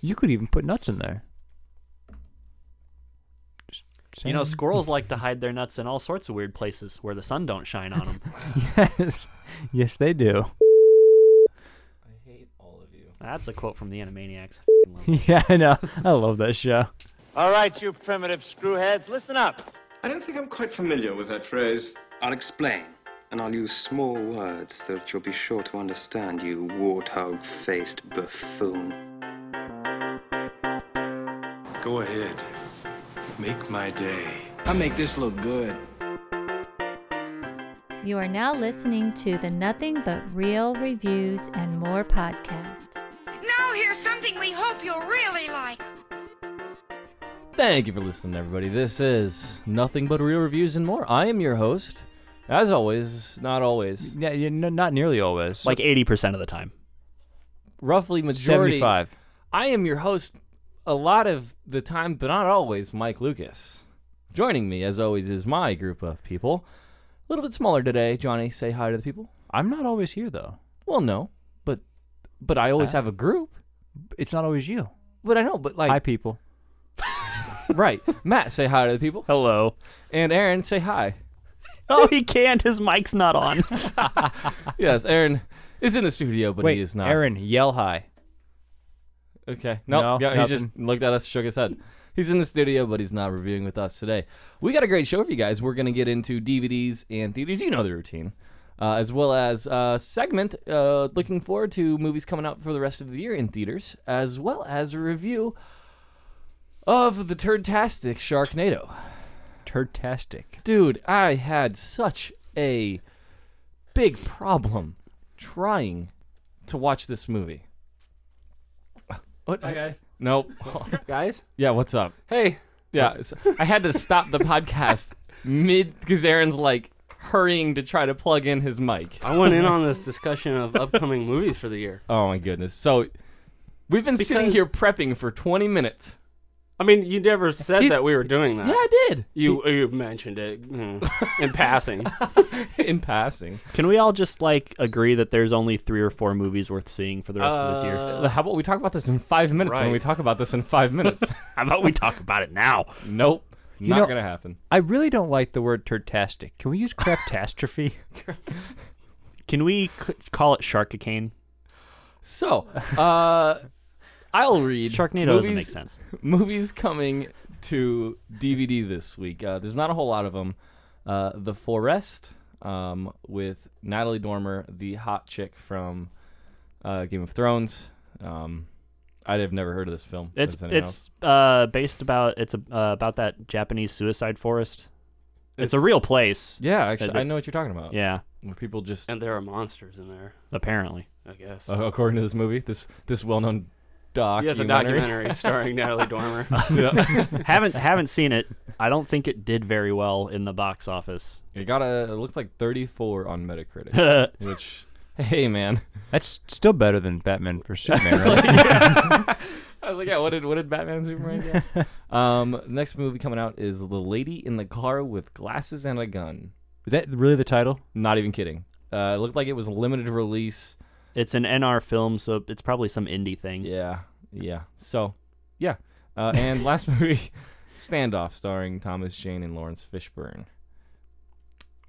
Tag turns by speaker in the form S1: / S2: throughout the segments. S1: You could even put nuts in there. Just
S2: You know,
S1: saying.
S2: squirrels like to hide their nuts in all sorts of weird places where the sun don't shine on them.
S1: yes, yes, they do.
S3: I hate all of you.
S2: That's a quote from the Animaniacs. I love it.
S1: Yeah, I know. I love that show.
S4: All right, you primitive screwheads, listen up.
S5: I don't think I'm quite familiar with that phrase.
S6: I'll explain, and I'll use small words so that you'll be sure to understand, you warthog faced buffoon.
S7: Go ahead. Make my day.
S8: I make this look good.
S9: You are now listening to the Nothing But Real Reviews and More podcast.
S10: Now here's something we hope you'll really like.
S3: Thank you for listening, everybody. This is Nothing But Real Reviews and More. I am your host. As always, not always,
S1: Yeah, you know, not nearly always.
S2: Like 80% of the time.
S3: roughly majority.
S1: seventy-five.
S3: I am your host a lot of the time, but not always, Mike Lucas. Joining me, as always, is my group of people. A little bit smaller today. Johnny, say hi to the people.
S1: I'm not always here though.
S3: Well, no, but but I always
S1: Huh?
S3: have a group.
S1: It's not always you.
S3: But I know, but like
S1: Hi, people.
S3: right, Matt, say hi to the people,
S2: Hello.
S3: and Aaron, say hi.
S2: Oh, he can't. His mic's not on.
S3: Yes, Aaron is in the studio, but
S1: Wait,
S3: he is not.
S1: Aaron, yell hi.
S3: Okay. No,
S1: No,
S3: yeah, he just looked at us, shook his head. He's in the studio, but he's not reviewing with us today. We got a great show for you guys. We're going to get into DVDs and theaters. You know the routine. Uh, as well as a segment uh, looking forward to movies coming out for the rest of the year in theaters, as well as a review of the Turdtastic Sharknado.
S1: Turdtastic.
S3: Dude, I had such a big problem trying to watch this movie. What? Hi, guys. Nope.
S1: Guys?
S3: Yeah, what's up?
S1: Hey.
S3: Yeah, so I had to stop the podcast mid because Aaron's like hurrying to try to plug in his mic.
S11: I went in on this discussion of upcoming movies for the year.
S3: Oh my goodness! So we've been sitting
S11: Because-
S3: here prepping for 20 minutes.
S11: I mean, you never said that we were doing that.
S3: Yeah, I did.
S11: You you mentioned it mm, in passing.
S3: in passing.
S2: Can we all just, like, agree that there's only three or four movies worth seeing for the rest of this year?
S11: Uh,
S3: How about we talk about this in five minutes? When
S11: Right.
S3: we talk about this in five minutes,
S2: How about we talk about it now?
S3: nope, not
S1: know-
S3: gonna happen.
S1: I really don't like the word turdtastic. Can we use craptastrophe?
S2: Can we c- call it Sharkacane?
S3: So, uh, I'll read
S2: Sharknado doesn't make
S3: movies-
S2: sense.
S3: movies coming to DVD this week. Uh, there's not a whole lot of them. Uh, the Forest um, with Natalie Dormer, the hot chick from uh, Game of Thrones. Um, I'd have never heard of this film.
S2: It's
S3: Does anyone else?
S2: it's uh, based about it's a, uh, about that Japanese suicide forest. It's, a
S11: It's-
S2: real place.
S3: yeah. Actually,
S2: Uh, the-
S3: I know what you're talking about.
S2: Yeah,
S3: where people just
S11: and there are monsters in there,
S2: apparently.
S11: I guess.
S3: uh, according to this movie, this this well-known doc.
S11: yeah, it's a documentary starring Natalie Dormer.
S2: haven't haven't seen it. I don't think it did very well in the box office.
S3: It got a. It looks like 34 on Metacritic,
S2: That's
S3: which. Hey man,
S1: That's still better than Batman for Superman, right?
S3: I was like, yeah, what did what did Batman and Superman get? um, next movie coming out is The Lady in the Car with Glasses and a Gun.
S1: Is that really the title?
S3: Not even kidding. Uh, it looked like it was a limited release.
S2: It's an NR film, so it's probably some indie thing.
S3: Yeah, yeah. So, yeah. Uh, and last movie, Standoff, starring Thomas Jane and Lawrence Fishburne.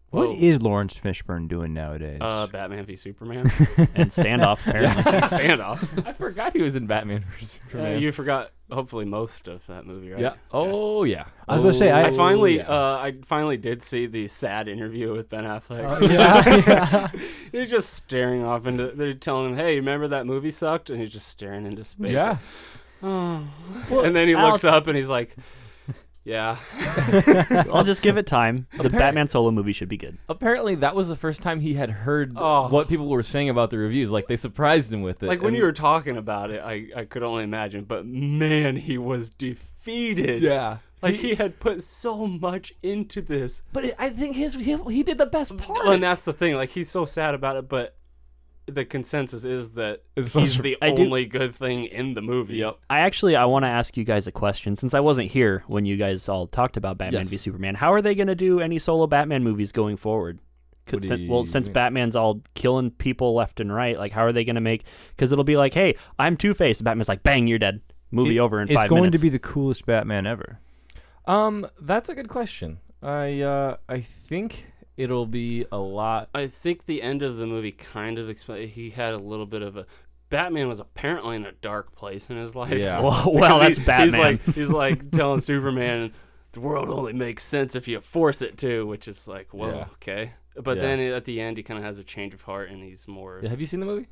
S11: Whoa.
S1: What is Lawrence Fishburne doing nowadays?
S11: uh, Batman v Superman
S2: And standoff apparently.
S11: standoff.
S3: I forgot he was in Batman vs
S11: Uh,
S3: Superman.
S11: you forgot hopefully most of that movie, right?
S3: yeah. Oh yeah.
S1: I was about to say,
S11: I
S1: Oh,
S11: finally,
S3: yeah.
S11: uh, I finally did see the sad interview with Ben Affleck.
S1: Oh, yeah,
S11: he's just staring off into. They're telling him, "Hey, remember that movie sucked?" And he's just staring into space. Oh.
S3: yeah.
S11: and then he
S2: I'll-
S11: looks up and he's like, "Yeah."
S2: I'll just give it time. The Batman solo movie should be good.
S3: Apparently, that was the first time he had heard
S11: Oh.
S3: what people were saying about the reviews. Like they surprised him with it.
S11: Like when
S3: and-
S11: you were talking about it, I, I could only imagine. But man, he was defeated.
S3: Yeah.
S11: Like he had put so much into this,
S3: But it, I think his he, he did the best part.
S11: and that's the thing. Like he's so sad about it, but the consensus is that
S3: It's
S11: he's
S3: such-
S11: the
S2: I do-
S11: only good thing in the movie. Yep.
S2: I actually I want to ask you guys a question since I wasn't here when you guys all talked about Batman
S3: Yes.
S2: v Superman. How are they going to do any solo Batman movies going forward? 'Cause
S3: What do
S2: sin- well,
S3: you
S2: since
S3: mean?
S2: Batman's all killing people left and right, like how are they going to make? Because it'll be like, hey, I'm Two Face. Batman's like, bang, you're dead. Movie
S1: It-
S2: over in
S1: it's
S2: five
S1: going
S2: minutes.
S1: to be the coolest Batman ever.
S3: Um, that's a good question. I uh, I think it'll be a lot.
S11: I think the end of the movie kind of explained. He had a little bit of a. Batman was apparently in a dark place in his life.
S3: Yeah.
S2: Well-
S11: Because
S2: well, that's
S11: He's
S2: Batman.
S11: like he's like telling Superman, the world only makes sense if you force it to, which is like, whoa,
S3: Yeah.
S11: okay. But
S3: Yeah.
S11: then at the end, he kind of has a change of heart and he's more.
S3: Have you seen the movie?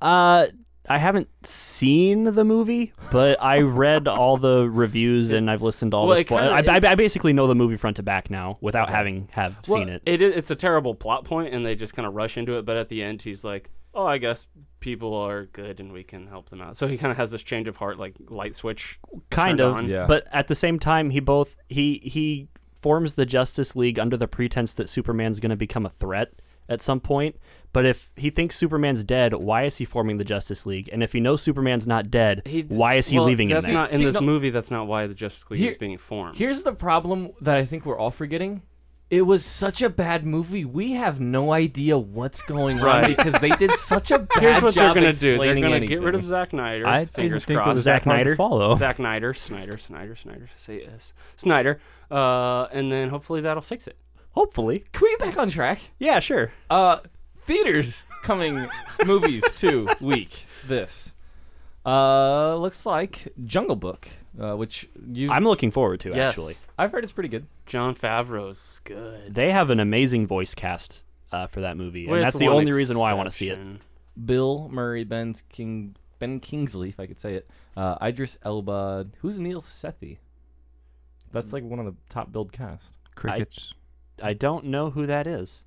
S2: Uh, I haven't seen the movie, but I read all the reviews and I've listened to all
S11: Well,
S2: the
S11: it
S2: spoilers.
S11: kinda-
S2: I, I, I basically know the movie front to back now without having have seen
S11: Well,
S2: it.
S11: i- It's a terrible plot point, and they just kind of rush into it. But at the end, he's like, "Oh, I guess people are good, and we can help them out." So he kind of has this change of heart, like light switch.
S2: kind
S11: turned
S2: of,
S11: on.
S3: Yeah.
S2: but at the same time, he both he he forms the Justice League under the pretense that Superman's going to become a threat at some point. But if he thinks Superman's dead, why is he forming the Justice League? And if he knows Superman's not dead,
S11: He d-
S2: why is he
S11: well,
S2: leaving him
S11: That's
S2: there?
S11: not in
S3: See,
S11: this
S3: no-
S11: movie. That's not why the Justice League
S3: Here-
S11: is being formed.
S3: Here's the problem that I think we're all forgetting. It was such a bad movie. We have no idea what's going on
S11: Right.
S3: because they did such a bad
S11: Here's what they're
S3: job
S11: gonna do. They're
S3: explaining
S11: gonna
S3: anything.
S11: get rid of Zack Snyder.
S1: I
S11: fingers
S1: didn't think
S11: crossed.
S1: it was
S2: Zack
S1: that hard
S2: Snyder?
S1: to follow.
S11: Zack Snyder, Snyder, Snyder, Snyder. Say yes, Snyder. Uh, and then hopefully that'll fix it.
S2: Hopefully,
S3: Can we get back on track?
S2: yeah, sure.
S3: Uh, theaters coming movies to week this. Uh, looks like Jungle Book, uh, which you
S2: I'm looking forward to actually.
S3: I've heard it's pretty good.
S11: John Favreau's good.
S2: They have an amazing voice cast uh, for that movie, and that's the only reason why I want to see it.
S3: Bill Murray, Ben King, Ben Kingsley, if I could say it. Uh, Idris Elba. Who's Neil Sethi? That's like one of the top build cast.
S1: Crickets.
S2: I don't know who that is.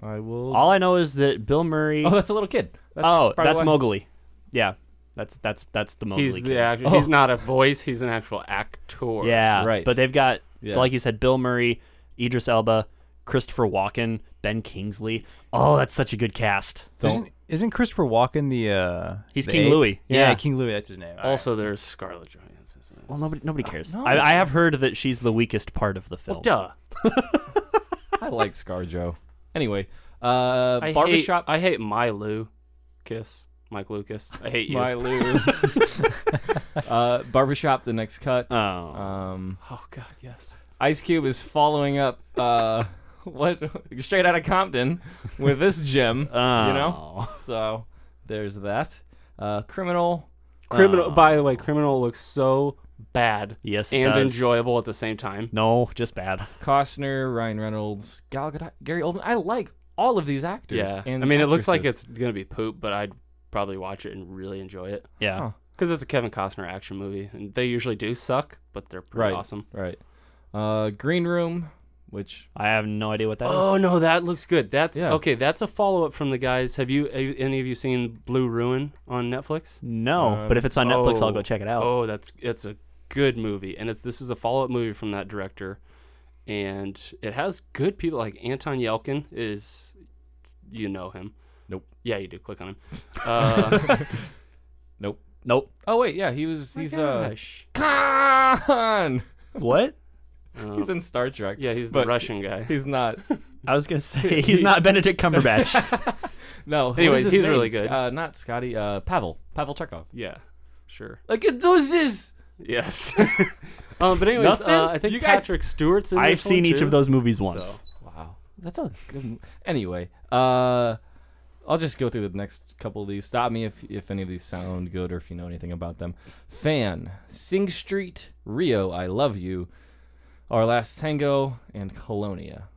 S3: I will.
S2: All I know is that Bill Murray.
S3: oh, that's a little kid. That's
S2: oh,
S3: probably
S2: that's
S3: why-
S2: Mogli. Yeah, that's that's that's the Mowgli.
S11: He's
S2: kid.
S11: the actor. He's not a voice. He's an actual actor.
S2: Oh. Yeah,
S3: Right.
S2: But they've got,
S3: Yeah.
S2: like you said, Bill Murray, Idris Elba, Christopher Walken, Ben Kingsley. Oh, that's such a good cast.
S1: Isn't, isn't Christopher Walken the? Uh,
S2: He's
S1: the
S2: King
S1: ape?
S2: Louis.
S1: Yeah.
S2: Yeah.
S1: King Louis. That's his name. All right.
S11: Also, there's Scarlett Johansson.
S2: Well, nobody nobody cares.
S3: no.
S2: I, I have heard that she's the weakest part of the film.
S11: Duh.
S3: I like ScarJo. Anyway, uh,
S11: I
S3: barbershop.
S11: Hate, I hate my Lou. Kiss. Mike Lucas. I hate you.
S3: My Lou. uh, barbershop. The next cut.
S2: Oh,
S3: Um,
S11: oh God, yes.
S3: Ice Cube is following up. Uh, what? Straight out of Compton with this gem. Uh, You know.
S2: Oh.
S3: So there's that. Uh, criminal.
S11: Criminal. by the way, Criminal looks so bad.
S2: Yes, it
S11: and
S2: does.
S11: enjoyable at the same time.
S2: no, just bad.
S3: Costner, Ryan Reynolds, Gal Gadot, Gary Oldman. I like all of these actors.
S11: Yeah.
S3: and
S11: I mean, it looks like
S3: actresses.
S11: it's gonna be poop, but I'd probably watch it and really enjoy it
S2: Yeah.
S3: Huh.
S11: because it's a Kevin Costner action movie, and they usually do suck, but they're pretty
S3: right.
S11: awesome.
S3: Right. Uh, Green Room, which
S2: I have no idea what that is.
S11: Oh no, that looks good. That's
S3: Yeah.
S11: okay. That's a follow up from the guys. Have you have any of you seen Blue Ruin on Netflix?
S2: No, but if it's on Netflix, I'll go check it out.
S11: Oh, that's it's a good movie, and it's this is a follow up movie from that director, and it has good people like Anton Yelkin is, you know him.
S3: Nope.
S11: Yeah, you do. Click on him. Uh,
S3: nope.
S2: Nope.
S3: Oh wait, yeah, he was. he's uh,
S11: gosh.
S3: Khan.
S2: What?
S11: Um,
S3: He's in Star Trek.
S11: yeah, he's the
S3: but
S11: Russian guy.
S3: He's not.
S2: I was gonna say he's not Benedict Cumberbatch.
S3: No. what
S11: Anyways,
S3: is his
S11: he's
S3: name?
S11: really good.
S3: Uh, not Scotty. Uh, Pavel. Pavel Chekhov.
S11: Yeah, sure.
S3: Like it does this.
S11: Yes. um, but anyways,
S3: Nothing?
S11: uh, I think
S3: You guys-
S11: Patrick Stewart's in.
S2: I've
S11: this one,
S2: seen each
S11: too.
S2: of those movies once.
S11: So.
S3: Wow. That's a good. m- Anyway, uh, I'll just go through the next couple of these. Stop me if, if any of these sound good or if you know anything about them. Fan, Sing Street, Rio, I Love You, Our Last Tango, and Colonia.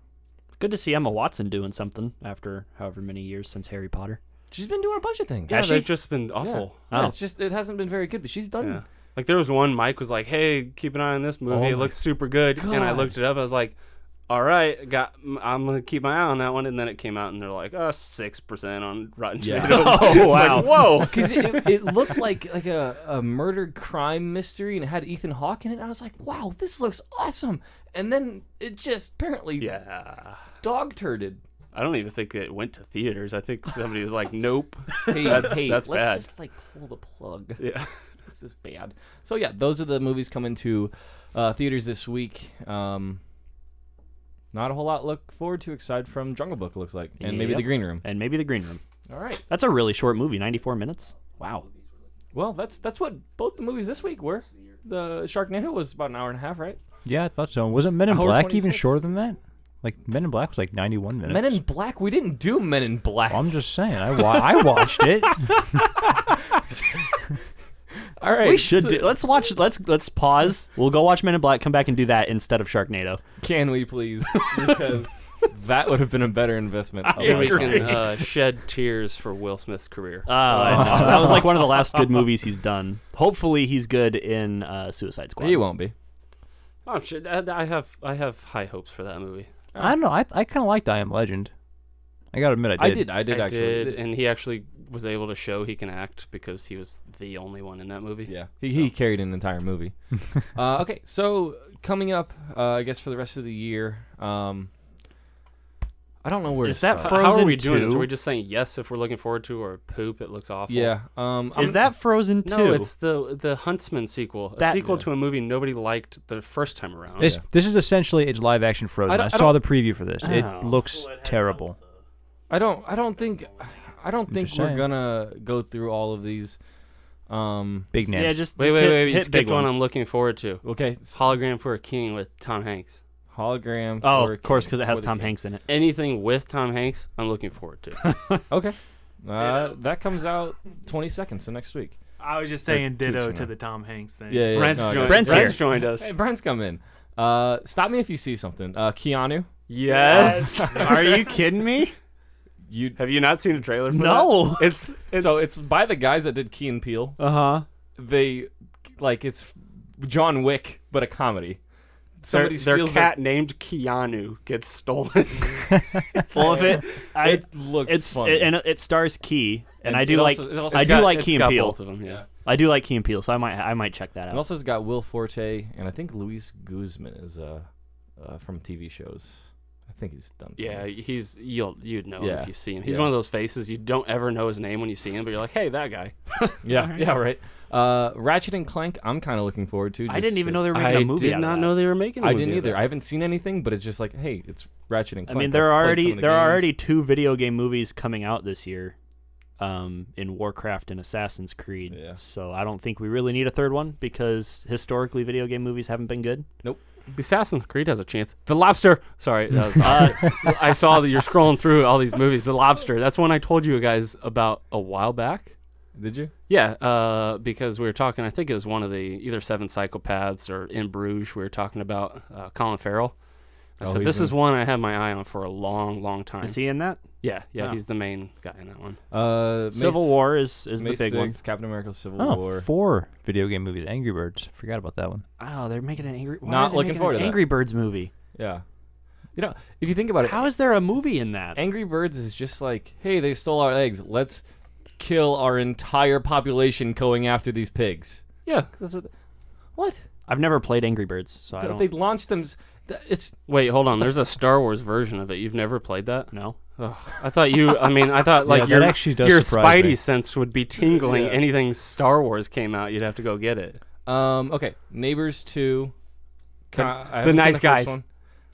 S2: Good to see Emma Watson doing something after however many years since Harry Potter.
S3: She's been doing a bunch of things.
S11: Yeah, they've just been awful.
S3: Yeah,
S2: Oh.
S3: it's just it hasn't been very good, but she's done.
S11: Yeah. Like there was one Mike was like, "Hey, keep an eye on this movie.
S3: Oh
S11: it
S3: my
S11: looks super good." And I
S3: God.
S11: looked it up. I was like, "All right, got. I'm gonna keep my eye on that one." And then it came out, and they're like, "Uh, six percent on Rotten
S3: Yeah.
S11: Tomatoes."
S2: Oh wow! Whoa!
S3: Because it, it, it looked like like a, a murder crime mystery and it had Ethan Hawke in it. And I was like, wow, this looks awesome. And then it just apparently
S11: yeah.
S3: dog turded.
S11: I don't even think it went to theaters. I think somebody was like, "Nope."
S3: Hey,
S11: That's-
S3: hey,
S11: that's
S3: let's
S11: bad.
S3: just like pull the plug.
S11: Yeah.
S3: This is bad. So yeah, those are the movies coming to uh, theaters this week. Um, not a whole lot look forward to aside from Jungle Book looks like, and maybe
S2: Yep.
S3: The Green Room.
S2: And maybe the green room.
S3: All right.
S2: That's a really short movie, ninety-four minutes. Wow.
S3: Well, that's that's what both the movies this week were. The Sharknado was about an hour and a half, right?
S1: Yeah, I thought so. Wasn't Men in
S3: Hour
S1: Black even
S3: 26?
S1: shorter than that? Like Men in Black was like 91 minutes.
S3: Men in Black. We didn't do Men in Black.
S1: I'm just saying. I wa- I watched it.
S3: All right,
S2: We should
S3: so-
S2: do. Let's watch. Let's let's pause. We'll go watch Men in Black. Come back and do that instead of Sharknado.
S3: Can we please? Because that would have been a better investment.
S11: And we can uh, shed tears for Will Smith's career.
S2: Oh, I know. that was like one of the last good movies he's done. Hopefully, he's good in uh, Suicide Squad.
S3: He won't be.
S11: Oh, shit, I I have I have high hopes for that movie.
S1: I don't know. I, I kind of liked I Am Legend. I gotta admit, I
S3: I
S1: did.
S3: did. I did
S11: I
S3: actually.
S11: did, and he actually was able to show he can act because he was the only one in that movie.
S3: Yeah, he, he carried an entire movie. uh, okay, so coming up, uh, I guess for the rest of the year, um, I don't know where
S2: Is
S3: to
S2: that
S3: start.
S11: H- How are
S2: Frozen
S11: we doing this? Are
S2: 2?
S11: we just saying yes if we're looking forward to, or poop? It looks awful.
S3: yeah? Um,
S2: Is
S3: I'm-
S2: that Frozen Two?
S11: No, it's the the Huntsman sequel, a
S2: That-
S11: sequel to a movie nobody liked the first time around.
S1: This this is essentially it's live action Frozen. I,
S3: don't- I
S1: saw the
S3: don't-
S1: preview for this. It
S11: Oh.
S1: looks terrible.
S3: I don't. I don't think. I don't think
S1: just
S3: we're
S1: saying.
S3: gonna go through all of these. Um,
S1: Big names.
S2: yeah, just
S11: wait,
S2: just
S11: wait,
S2: hit-
S11: wait!
S2: hit
S11: You skipped
S2: big
S11: one
S2: ones.
S11: I'm looking forward to.
S3: okay, it's
S11: Hologram for a King with Tom Hanks.
S3: hologram.
S2: Oh,
S3: for
S2: of course,
S3: King-
S2: because it has
S3: for the
S2: Tom
S3: King.
S2: Hanks in it.
S11: Anything with Tom Hanks, I'm looking forward to.
S3: Okay, uh, that comes out twenty seconds. So next week.
S12: I was just
S3: Or
S12: saying
S3: two
S12: ditto
S3: weeks
S12: to
S3: from
S12: the Tom Hanks thing.
S3: Yeah, yeah,
S11: Brent's
S3: no, I got
S11: joined.
S3: it.
S2: Brent's
S11: Brent's
S2: here.
S11: joined us.
S3: Hey, Brent's come in. Uh, stop me if you see something. Uh, Keanu,
S11: Yes.
S2: Are you kidding me?
S3: you.
S11: Have you not seen a trailer? For
S2: No.
S11: that? It's, it's
S3: so it's by the guys that did Key and Peele.
S2: Uh huh.
S3: They like it's John Wick, but a comedy.
S11: their,
S3: Somebody
S11: their
S3: steals
S11: cat named Keanu gets stolen.
S2: Full of it. I,
S3: It looks
S2: it's
S3: funny.
S2: and uh, it- it stars Key, and,
S3: And
S2: I
S3: it
S2: do
S3: also-
S2: like
S3: it also-
S2: I
S3: It's
S2: do
S3: got-
S2: like
S11: it's
S2: Key and
S11: got
S2: Peele.
S11: Both of them, yeah.
S2: I do like Key and Peele, so I might I might check that out.
S3: It also has got Will Forte, and I think Luis Guzman is uh, uh from TV shows. I think he's done.
S11: Yeah,
S3: things.
S11: he's you'll you'd know
S3: Yeah.
S11: if you see him. He's
S3: Yeah.
S11: one of those faces you don't ever know his name when you see him, but you're like, hey, that guy.
S3: yeah, yeah, right. Uh, Ratchet and Clank, I'm kind of looking forward
S2: I
S3: to. just
S2: didn't even
S3: 'cause-
S2: know they were making
S11: I
S2: a movie.
S11: did
S2: out of
S11: not
S2: that.
S11: know they were making. a
S3: I
S11: movie
S3: didn't
S11: of
S3: either.
S11: that.
S3: I haven't seen anything, but it's just like, hey, it's Ratchet and
S2: I
S3: Clank.
S2: mean, there are
S3: I've played
S2: already
S3: some of the
S2: there are
S3: games.
S2: already two video game movies coming out this year, um, in Warcraft and Assassin's Creed.
S3: Yeah.
S2: So I don't think we really need a third one because historically, video game movies haven't been good.
S11: Assassin's Creed has a chance. The Lobster. Sorry, that was, uh, I saw that you're scrolling through all these movies. The Lobster. That's one I told you guys about a while back.
S3: Did you?
S11: Yeah, uh, because we were talking. I think it was one of the either Seven Psychopaths or In Bruges. We were talking about uh, Colin Farrell. I
S3: Oh,
S11: said
S3: he's
S11: this
S3: in-
S11: is one I had my eye on for a long, long time.
S2: Is he in that?
S11: Yeah, yeah,
S2: Oh.
S11: he's the main guy in that one.
S3: Uh, May
S2: Civil
S3: s-
S2: War is is
S3: May
S2: the big
S3: 6th,
S2: one.
S3: Captain America: Civil
S1: Oh,
S3: War.
S1: four video game movies. Angry Birds. Forgot about that one.
S2: Oh, they're making an angry. why
S3: Not
S2: are they
S3: looking
S2: making
S3: forward
S2: an
S3: to that.
S2: Angry Birds movie.
S3: Yeah. You know, if you think about it,
S2: How is there a movie in that?
S3: Angry Birds is just like, hey, they stole our eggs. Let's kill our entire population going after these pigs.
S11: Yeah.
S3: That's what. What?
S2: I've never played Angry Birds, so I don't
S3: They launched them. s- th- It's
S11: Wait, hold on. There's a Star Wars version of it. You've never played that?
S2: know.
S11: Ugh, I thought you. I mean, I thought
S1: Yeah,
S11: like
S1: that
S11: your
S1: actually does
S11: your
S1: surprise
S11: Spidey
S1: me.
S11: sense would be tingling.
S3: Yeah.
S11: Anything Star Wars came out, you'd have to go get it.
S3: um okay. Neighbors two. Con- I
S11: the
S3: haven't seen
S11: nice
S3: first
S11: guys.
S3: one.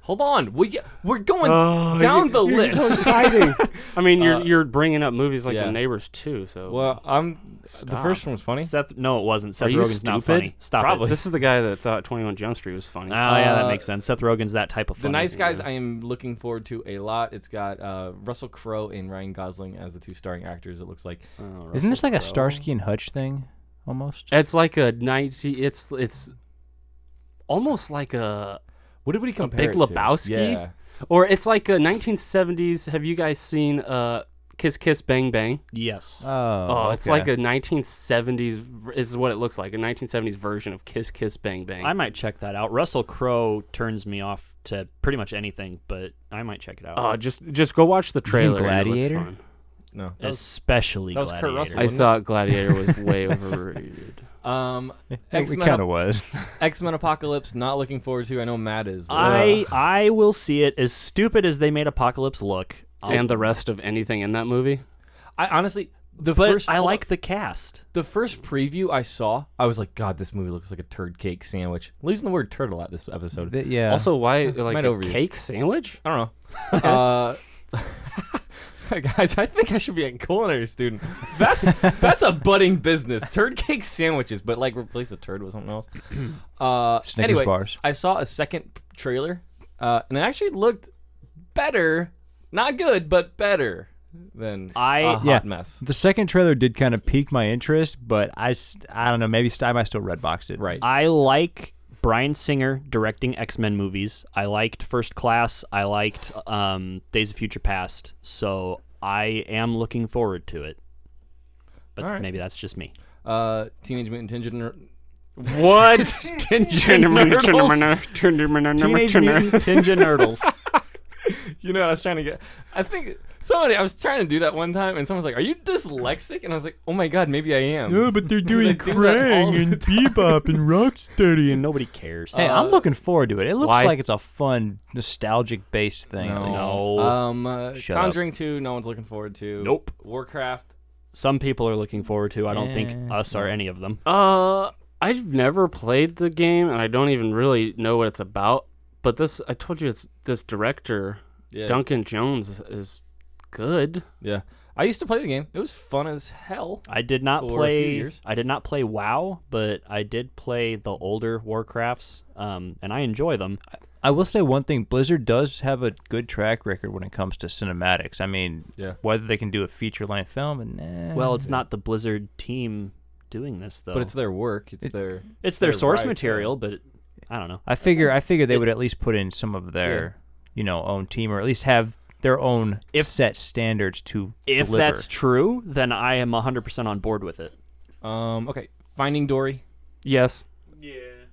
S3: Hold on. We we're going down the list.
S11: I mean, you're you're bringing up movies like
S3: yeah.
S11: The Neighbors too. So
S3: well, I'm. The first one was funny.
S2: Seth, no, it wasn't. Seth
S11: you
S2: Rogen's not funny.
S11: stupid?
S2: Stop
S3: Probably.
S2: it.
S11: this is the guy that thought Twenty One Jump Street was funny.
S2: Oh yeah, that
S3: Uh,
S2: makes sense. Seth Rogen's that type of
S3: The
S2: funny.
S3: Nice Guys, I am looking forward to a lot. It's got uh, Russell Crowe and Ryan Gosling as the two starring actors. It looks like
S1: Isn't this like a Starsky and Hutch thing? Almost.
S11: it's like a ninety. It's it's almost like a
S3: What did we compare
S11: Big
S3: it to?
S11: Lebowski?
S3: Yeah.
S11: or it's like a 1970s. Have you guys seen uh Kiss Kiss Bang Bang?
S2: yes.
S3: Uh,
S1: Oh,
S11: Oh, it's like a 1970s v- is what it looks like, a 1970s version of Kiss Kiss Bang Bang.
S2: I might check that out. Russell Crowe turns me off to pretty much anything, but I might check it out.
S3: Oh,
S11: uh, just just go watch the trailer. and it looks
S1: Gladiator?
S11: fun.
S3: No.
S2: especially
S3: that was Kurt
S2: Gladiator.
S3: Russell,
S11: I
S3: Wasn't it?
S11: thought Gladiator was way overrated.
S3: Um,
S1: It kind of
S3: X-Men,
S1: was.
S3: X-Men Apocalypse, not looking forward to. I uh, know Matt is.
S2: I I will see it. As stupid as they made Apocalypse look, I'll-
S11: and the rest of anything in that movie.
S3: I honestly, the
S2: but
S3: first, oh,
S2: I like the cast.
S3: the first preview I saw. I was like, God, this movie looks like a turd cake sandwich. I'm using the word turd a lot this episode.
S1: Th- yeah.
S11: Also, why like
S3: Might
S11: a
S3: overuse.
S11: cake sandwich?
S3: I don't know. uh, Guys, I think I should be a culinary student. That's that's a budding business. Turd cake sandwiches, but like replace the turd with something else. Uh,
S1: Snickers
S3: anyway,
S1: bars.
S3: I saw a second trailer, uh, and it actually looked better. Not good, but better than
S2: I-
S3: a hot
S1: yeah.
S3: mess.
S1: The second trailer did kind of pique my interest, but I, s- I don't know. Maybe st- I might still red box it.
S3: Right.
S2: I like Brian Singer directing X Men movies. I liked First Class. I liked um, Days of Future Past. So I am looking forward to it. But
S3: All right.
S2: maybe that's just me.
S3: Uh, Teenage Mutant Ninja. Ner-
S11: What?
S2: Teenage Mutant Ninja Nurdles.
S3: You know, what I was trying to get. I think somebody. I was trying to do that one time, and someone's like, "Are you dyslexic?" And I was like, "Oh my god, maybe I am."
S1: but they're
S3: doing Krang and
S1: Bebop and Rocksteady and.
S2: Nobody cares. Uh,
S1: Hey, I'm looking forward to it. It looks
S2: why?
S1: like it's a fun, nostalgic based thing. at least.
S2: No.
S3: Um, uh,
S1: Oh. Shut up.
S3: Conjuring Two. No one's looking forward to.
S2: Nope.
S3: Warcraft.
S2: Some people are looking forward to. I don't think
S1: Yeah.
S2: us are any of them.
S11: Uh, I've never played the game, and I don't even really know what it's about. But this, I told you, it's this director,
S3: Yeah.
S11: Duncan Jones, is good.
S3: Yeah. I used to play the game. It was fun as hell.
S2: I did not
S3: For a few
S2: play.
S3: years.
S2: I did not play WoW, but I did play the older Warcrafts, um, and I enjoy them.
S1: I will say one thing: Blizzard does have a good track record when it comes to cinematics. I mean,
S3: Yeah.
S1: whether they can do a feature length film, and nah.
S2: Well, it's not the Blizzard team doing this though.
S3: But it's their work. It's, their.
S2: it's their
S3: their
S2: source
S3: rights,
S2: material, but I don't know.
S1: I figure I figure they would at least put in some of their, you know, own team or at least have their own set standards to
S2: If
S1: deliver.
S2: that's true, then I am 100% on board with it.
S3: Um. Okay. Finding Dory.
S11: Yes.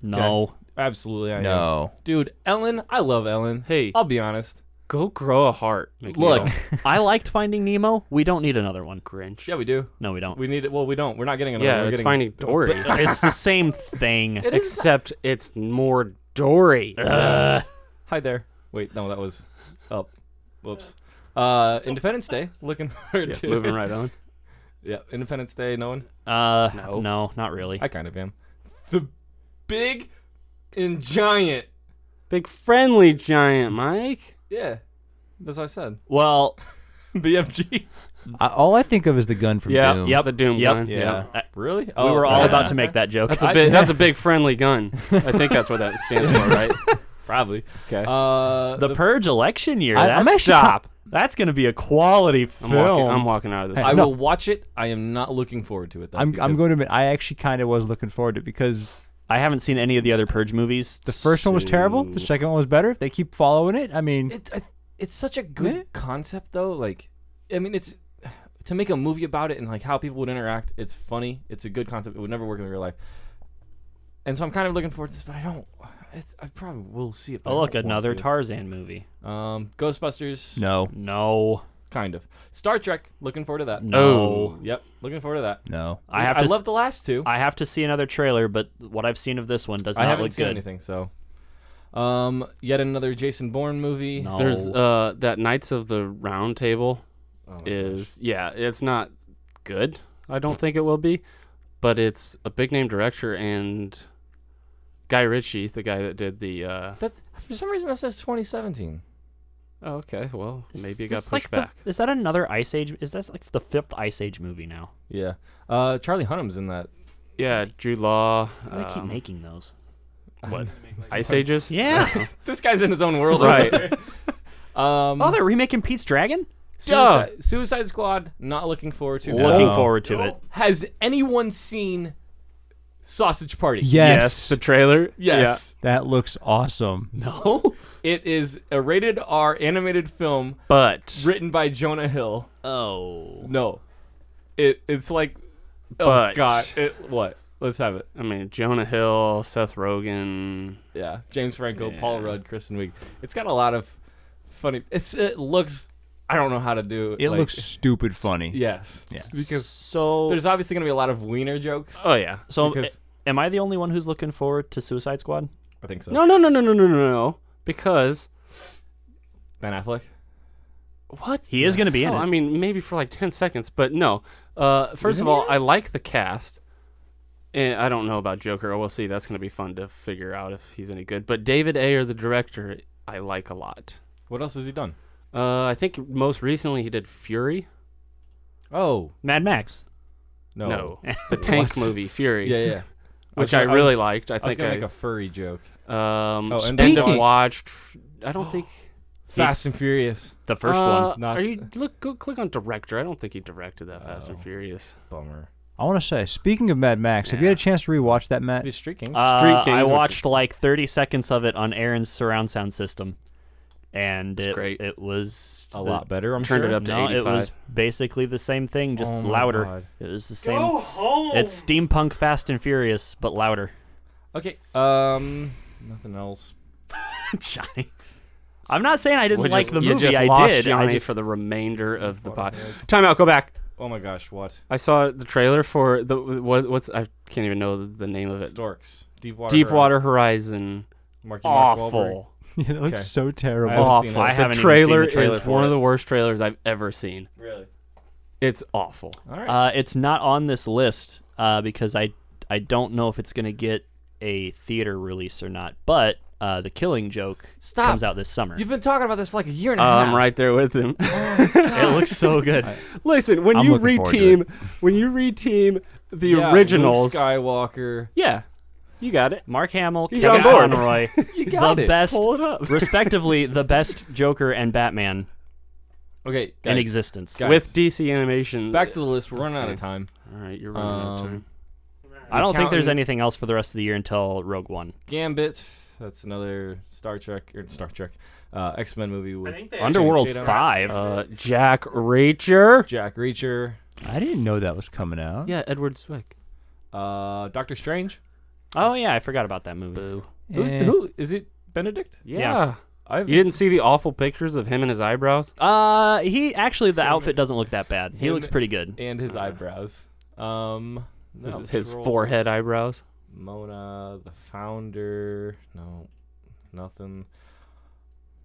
S2: No.
S3: Absolutely. I am.
S1: no,
S3: Dude, Ellen. I love Ellen.
S11: Hey.
S3: I'll be honest.
S11: Go grow a heart. McNeil.
S3: Look.
S2: I liked Finding Nemo. We don't need another one.
S11: Grinch.
S3: yeah, we do.
S2: No, we don't.
S3: We need it. Well, we don't. We're not getting another.
S11: yeah,
S3: one. We're
S11: it's
S3: getting,
S11: Finding Dory,
S2: it's the same thing.
S3: It is.
S11: except it's more Dory.
S3: Hi there. Wait. No, that was up. Whoops. Uh, Independence Day. Looking forward to.
S11: Moving right on.
S3: Yeah. Independence Day. No one.
S2: Uh,
S11: No.
S2: no. not really.
S3: I kind of am. The big and giant.
S11: Big friendly giant, Mike.
S3: Yeah. That's what I said.
S2: well,
S3: BFG.
S1: I, all I think of is the gun from Doom.
S11: Yep. The Doom
S2: Yep.
S11: gun.
S3: Yeah.
S2: Uh,
S3: Really? Oh,
S2: we were all
S1: yeah.
S2: about to make that joke.
S11: That's a
S3: I-
S11: big. That's a big friendly gun. I think that's what that stands for, right?
S3: Probably.
S11: Okay.
S3: Uh,
S2: the, Purge election year.
S1: I-
S2: that's,
S1: I'm actually
S2: stop. That's going to be a quality
S11: I'm
S2: film.
S11: walking, I'm walking out of this.
S3: I
S1: No.
S3: will watch it. I am not looking forward to it. Though,
S1: I'm I'm
S3: because-
S1: going to admit I actually kind of was looking forward to it because
S2: I haven't seen any of the other Purge movies.
S1: the first one was terrible, the second one was better. If they keep following it, I mean,
S3: It, I- it's such a good concept, though. Like, I mean, it's to make a movie about it and like how people would interact. It's funny. It's a good concept. It would never work in real life. And so I'm kind of looking forward to this, but I don't. It's, I probably will see it. but I
S2: Oh, look,
S3: don't want
S2: another
S3: to.
S2: Tarzan movie.
S3: Um, Ghostbusters.
S1: no,
S2: No.
S3: Kind of. Star Trek. Looking forward to that.
S2: No. Oh.
S3: Yep. Looking forward to that.
S1: no.
S2: I have
S3: I
S2: to s-
S3: love the last two.
S2: I have to see another trailer, but what I've seen of this one does
S3: I
S2: not
S3: haven't
S2: look
S3: seen
S2: good.
S3: anything, so. Um, yet another Jason Bourne movie.
S2: No.
S11: There's uh that Knights of the Round Table
S3: Oh, my
S11: is yeah, it's not good. I don't think it will be, but it's a big name director and Guy Ritchie, the guy that did the uh
S3: That's for some reason that says 2017.
S11: oh, okay, well, maybe it
S2: Is
S11: got
S2: this
S11: pushed
S2: like the-
S11: back.
S2: is that another Ice Age? Is that like the fifth Ice Age movie now?
S3: Yeah. Uh, Charlie Hunnam's in that.
S11: Yeah, Drew Law,
S2: Why do they keep
S11: um,
S2: making those?
S11: what? Ice Ages?
S2: Yeah.
S3: This guy's in his own world,
S11: Right.
S3: Um,
S2: oh, they're remaking Pete's Dragon.
S3: Suicide, Suicide Squad. Not looking forward to.
S2: Looking
S1: No.
S2: forward to it.
S3: Has anyone seen Sausage Party?
S1: Yes,
S11: the trailer?
S3: Yes.
S1: that looks awesome.
S2: No.
S3: It is a rated R animated film
S11: But
S3: written by Jonah Hill. Uh,
S2: Oh.
S3: No. It it's like oh
S11: But-
S3: god, it what? Let's have it.
S11: I mean, Jonah Hill, Seth Rogen,
S3: Yeah, James Franco, Paul Rudd, Kristen Wiig. It's got a lot of funny. It's it looks I don't know how to do
S1: It
S3: like-
S1: looks stupid funny.
S3: yes.
S1: Yeah.
S3: Because
S2: So
S3: there's obviously going to be a lot of wiener jokes.
S11: Oh yeah.
S2: so
S3: because-
S2: a- am I the only one who's looking forward to Suicide Squad?
S3: I think so.
S11: No, no, no, no, no, no, no, no. Because
S3: Ben Affleck.
S11: What?
S2: He is
S11: the
S2: gonna be in
S11: hell?
S2: it.
S11: I mean, maybe for like 10 seconds, but no. Uh, first of all, I like the cast. And I don't know about Joker. We'll see. That's going to be fun to figure out if he's any good. But David Ayer, the director, I like a lot.
S3: What else has he done?
S11: Uh, I think most recently he did Fury.
S3: Oh,
S2: Mad Max.
S3: No.
S11: No, the tank movie Fury.
S3: Yeah, yeah.
S11: Which
S3: was
S11: I
S3: gonna-
S11: really
S3: was-
S11: liked. I
S3: I was
S11: think
S3: gonna
S11: I,
S3: make a furry joke.
S11: um
S3: Oh, and
S11: and
S3: then-
S11: I
S3: Speaking-
S11: watched. I don't think
S3: Fast and Furious.
S2: The first
S11: Uh,
S2: one.
S3: Not-
S11: Are you look? Go click on director. I don't think he directed that Fast
S3: Oh.
S11: and Furious.
S3: Bummer.
S1: I want to say, speaking of Mad Max, have you had a chance to rewatch that, Matt?
S3: These Street Kings.
S2: Uh,
S11: Street Kings,
S2: I
S11: which is-
S2: watched like 30 seconds of it on Aaron's surround sound system, and it,
S11: great.
S2: it was
S3: a lot better. I'm
S11: turned
S3: sure.
S11: it up to
S2: No, it
S11: 85.
S2: was basically the same thing, just
S3: Oh my
S2: louder.
S3: God.
S2: It was the same. Go home. It's steampunk Fast and Furious, but louder.
S3: Okay. Um, nothing else.
S2: Johnny, I'm not saying I didn't
S11: We
S2: like
S11: just-
S2: the
S11: you
S2: movie.
S11: just
S2: I
S11: lost
S2: did.
S11: Johnny
S2: I just,
S11: for the remainder of the pod. Time out. Go back.
S3: Oh my gosh, what?
S11: I saw the trailer for the what, what's I can't even know the, the name of it.
S3: Storks. Deepwater.
S11: Deepwater Horizon.
S3: Horizon. Marky Mark Wahlberg.
S11: Awful.
S1: yeah, it looks
S3: Okay.
S1: so terrible. Oh,
S3: I haven't seen
S11: Awful.
S3: it. I
S2: haven't
S11: the
S2: even
S11: trailer
S2: seen the trailer
S11: is
S2: for
S11: one
S2: it.
S11: of the worst trailers I've ever seen.
S3: Really?
S11: It's awful.
S3: All right.
S2: uh, it's not on this list uh, because I I don't know if it's gonna get a theater release or not. But uh, the Killing Joke
S3: Stop.
S2: comes out this summer.
S3: You've been talking about this for like a year and a half.
S11: I'm Um, right there with him.
S2: it looks so good.
S11: Listen, when
S1: I'm
S11: you
S1: looking forward to
S11: reteam, when you reteam the
S3: Yeah, Luke
S11: originals,
S3: Skywalker.
S11: yeah, you got it.
S2: Mark Hamill,
S11: He's
S2: Kevin
S11: on board.
S2: Conroy,
S3: You got
S2: the
S3: it.
S2: best,
S11: Pull it up.
S2: respectively, the best Joker and Batman
S3: Okay. Guys,
S2: in existence.
S3: guys,
S11: With DC animation,
S3: Back to the list. We're running out of
S11: Okay.
S3: time.
S11: all right. You're running out of
S3: Um,
S11: time.
S2: I don't think there's
S3: Accountant.
S2: anything else for the rest of the year until Rogue One.
S3: Gambit. That's another Star Trek or Star Trek, uh, X Men movie with
S2: Underworld
S3: Jack-
S2: Five.
S11: Uh, Jack Reacher.
S3: Jack Reacher,
S1: I didn't know that was coming out.
S11: Yeah, Edward Swick.
S3: uh, Doctor Strange.
S2: oh yeah, I forgot about that movie.
S3: Who's
S1: Eh.
S3: who? Is it Benedict?
S11: Yeah.
S2: Yeah.
S3: I haven't
S11: You didn't
S3: seen-
S11: see the awful pictures of him and his eyebrows?
S2: Uh, he actually the outfit doesn't look that bad. He
S3: Him-
S2: looks pretty good.
S3: and his eyebrows. Um, no,
S11: His, his
S3: scroll-
S11: forehead eyebrows.
S3: Mona, the founder. No, nothing.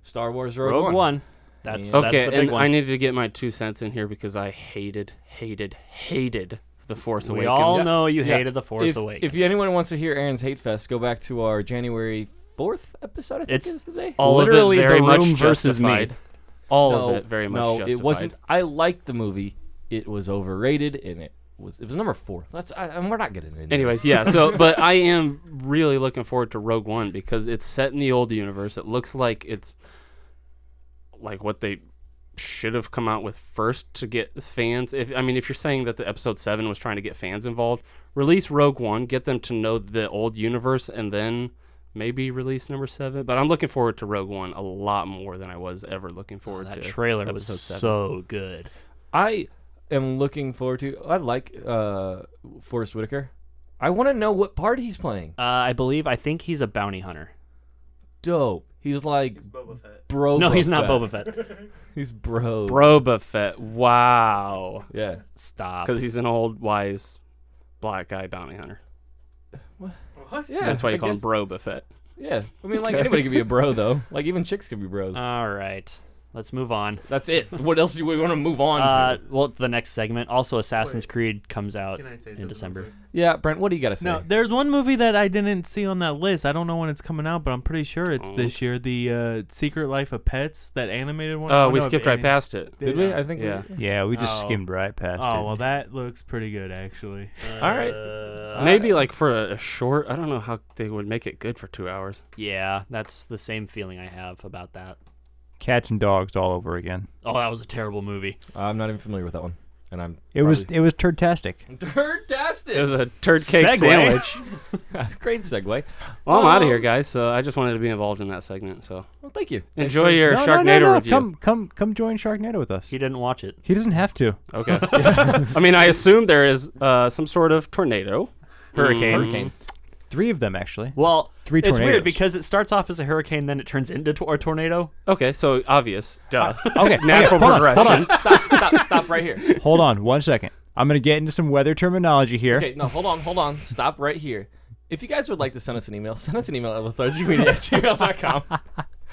S3: Star Wars Rogue,
S2: Rogue One. That's
S3: Yeah.
S2: that's
S11: Okay,
S2: the big
S11: and
S2: one.
S11: I needed to get my two cents in here because I hated, hated, hated the Force
S2: we
S11: Awakens.
S2: all know you
S3: Yeah.
S2: hated the Force
S3: if,
S2: Awakens.
S3: If anyone wants to hear Aaron's hate fest, go back to our January fourth episode. I think
S2: It's
S3: is the day.
S11: all
S2: Literally
S11: of it very
S2: the
S11: much
S2: room versus me.
S11: justified. All
S3: no,
S11: of it very much
S3: no,
S11: justified.
S3: it wasn't. I liked the movie. It was overrated, and it was it was number four. That's I, and we're not getting into.
S11: Anyways, yeah. So, but I am really looking forward to Rogue One because it's set in the old universe. It looks like it's like what they should have come out with first to get fans. If I mean, if you're saying that the Episode Seven was trying to get fans involved, release Rogue One, get them to know the old universe, and then maybe release number seven. But I'm looking forward to Rogue One a lot more than I was ever looking forward
S2: Oh, that
S11: to.
S2: trailer was
S11: episode seven.
S2: so good.
S3: I am looking forward to. I like uh Forrest Whitaker. I want to know what part he's playing.
S2: Uh, I believe I think he's a bounty hunter.
S3: Dope. He's like Boba Fett. Bro.
S2: No, he's not Boba Fett.
S3: He's bro.
S11: Boba Fett. Wow.
S3: Yeah.
S2: Stop.
S11: Because he's an old, wise, black guy bounty hunter.
S3: Yeah.
S11: That's why you
S3: I
S11: call him
S3: guess-
S11: Bro Buffet.
S3: Yeah. I mean, like anybody can be a bro though. Like even chicks can be bros.
S11: Uh,
S2: All right, let's move on.
S3: That's it. What else do we want to move on
S2: Uh,
S3: to?
S2: well, the next segment. Also, Assassin's Creed comes out in December.
S3: Yeah, Brent. What do you got to say?
S12: No, there's one movie that I didn't see on that list. I don't know when it's coming out, but I'm pretty sure it's this year. The uh, Secret Life of Pets, that animated one. I
S11: Oh,
S12: don't
S11: we
S12: know if
S11: skipped right
S12: any-
S11: past it.
S3: Did we? I think. we-
S11: Yeah.
S1: Yeah, we just
S12: Oh.
S1: skimmed right past it.
S12: Oh well, that looks pretty good actually.
S3: All right.
S2: Uh,
S11: Maybe like for a, a short. I don't know how they would make it good for two hours.
S2: Yeah, that's the same feeling I have about that.
S1: Cats and dogs all over again.
S2: Oh, that was a terrible movie.
S3: I'm not even familiar with that one, and I'm.
S1: It was it was turdtastic.
S11: It was a turd cake
S2: Segue.
S11: sandwich.
S3: great segue.
S11: Well, I'm out
S3: Oh.
S11: of here, guys. So I just wanted to be involved in that segment. So
S3: Well, thank you.
S11: enjoy your
S1: No, no,
S11: Sharknado
S1: no, no.
S11: review.
S1: Come come come join Sharknado with us.
S2: He didn't watch it.
S1: He doesn't have to. Uh,
S11: Okay. I mean, I assume there is uh, some sort of tornado, hurricane.
S3: Hurricane.
S1: Three of them actually.
S2: Well,
S1: Three
S2: it's
S1: tornadoes.
S2: weird because it starts off as a hurricane, then it turns into to- a tornado.
S11: Okay, so obvious. Duh.
S1: Okay,
S11: Natural
S1: hold on,
S11: progression.
S1: hold on,
S3: stop, stop, stop right here.
S1: hold on, one second. I'm gonna get into some weather terminology here.
S3: Okay, no, hold on, hold on. Stop right here. If you guys would like to send us an email, send us an email at lethargicmedia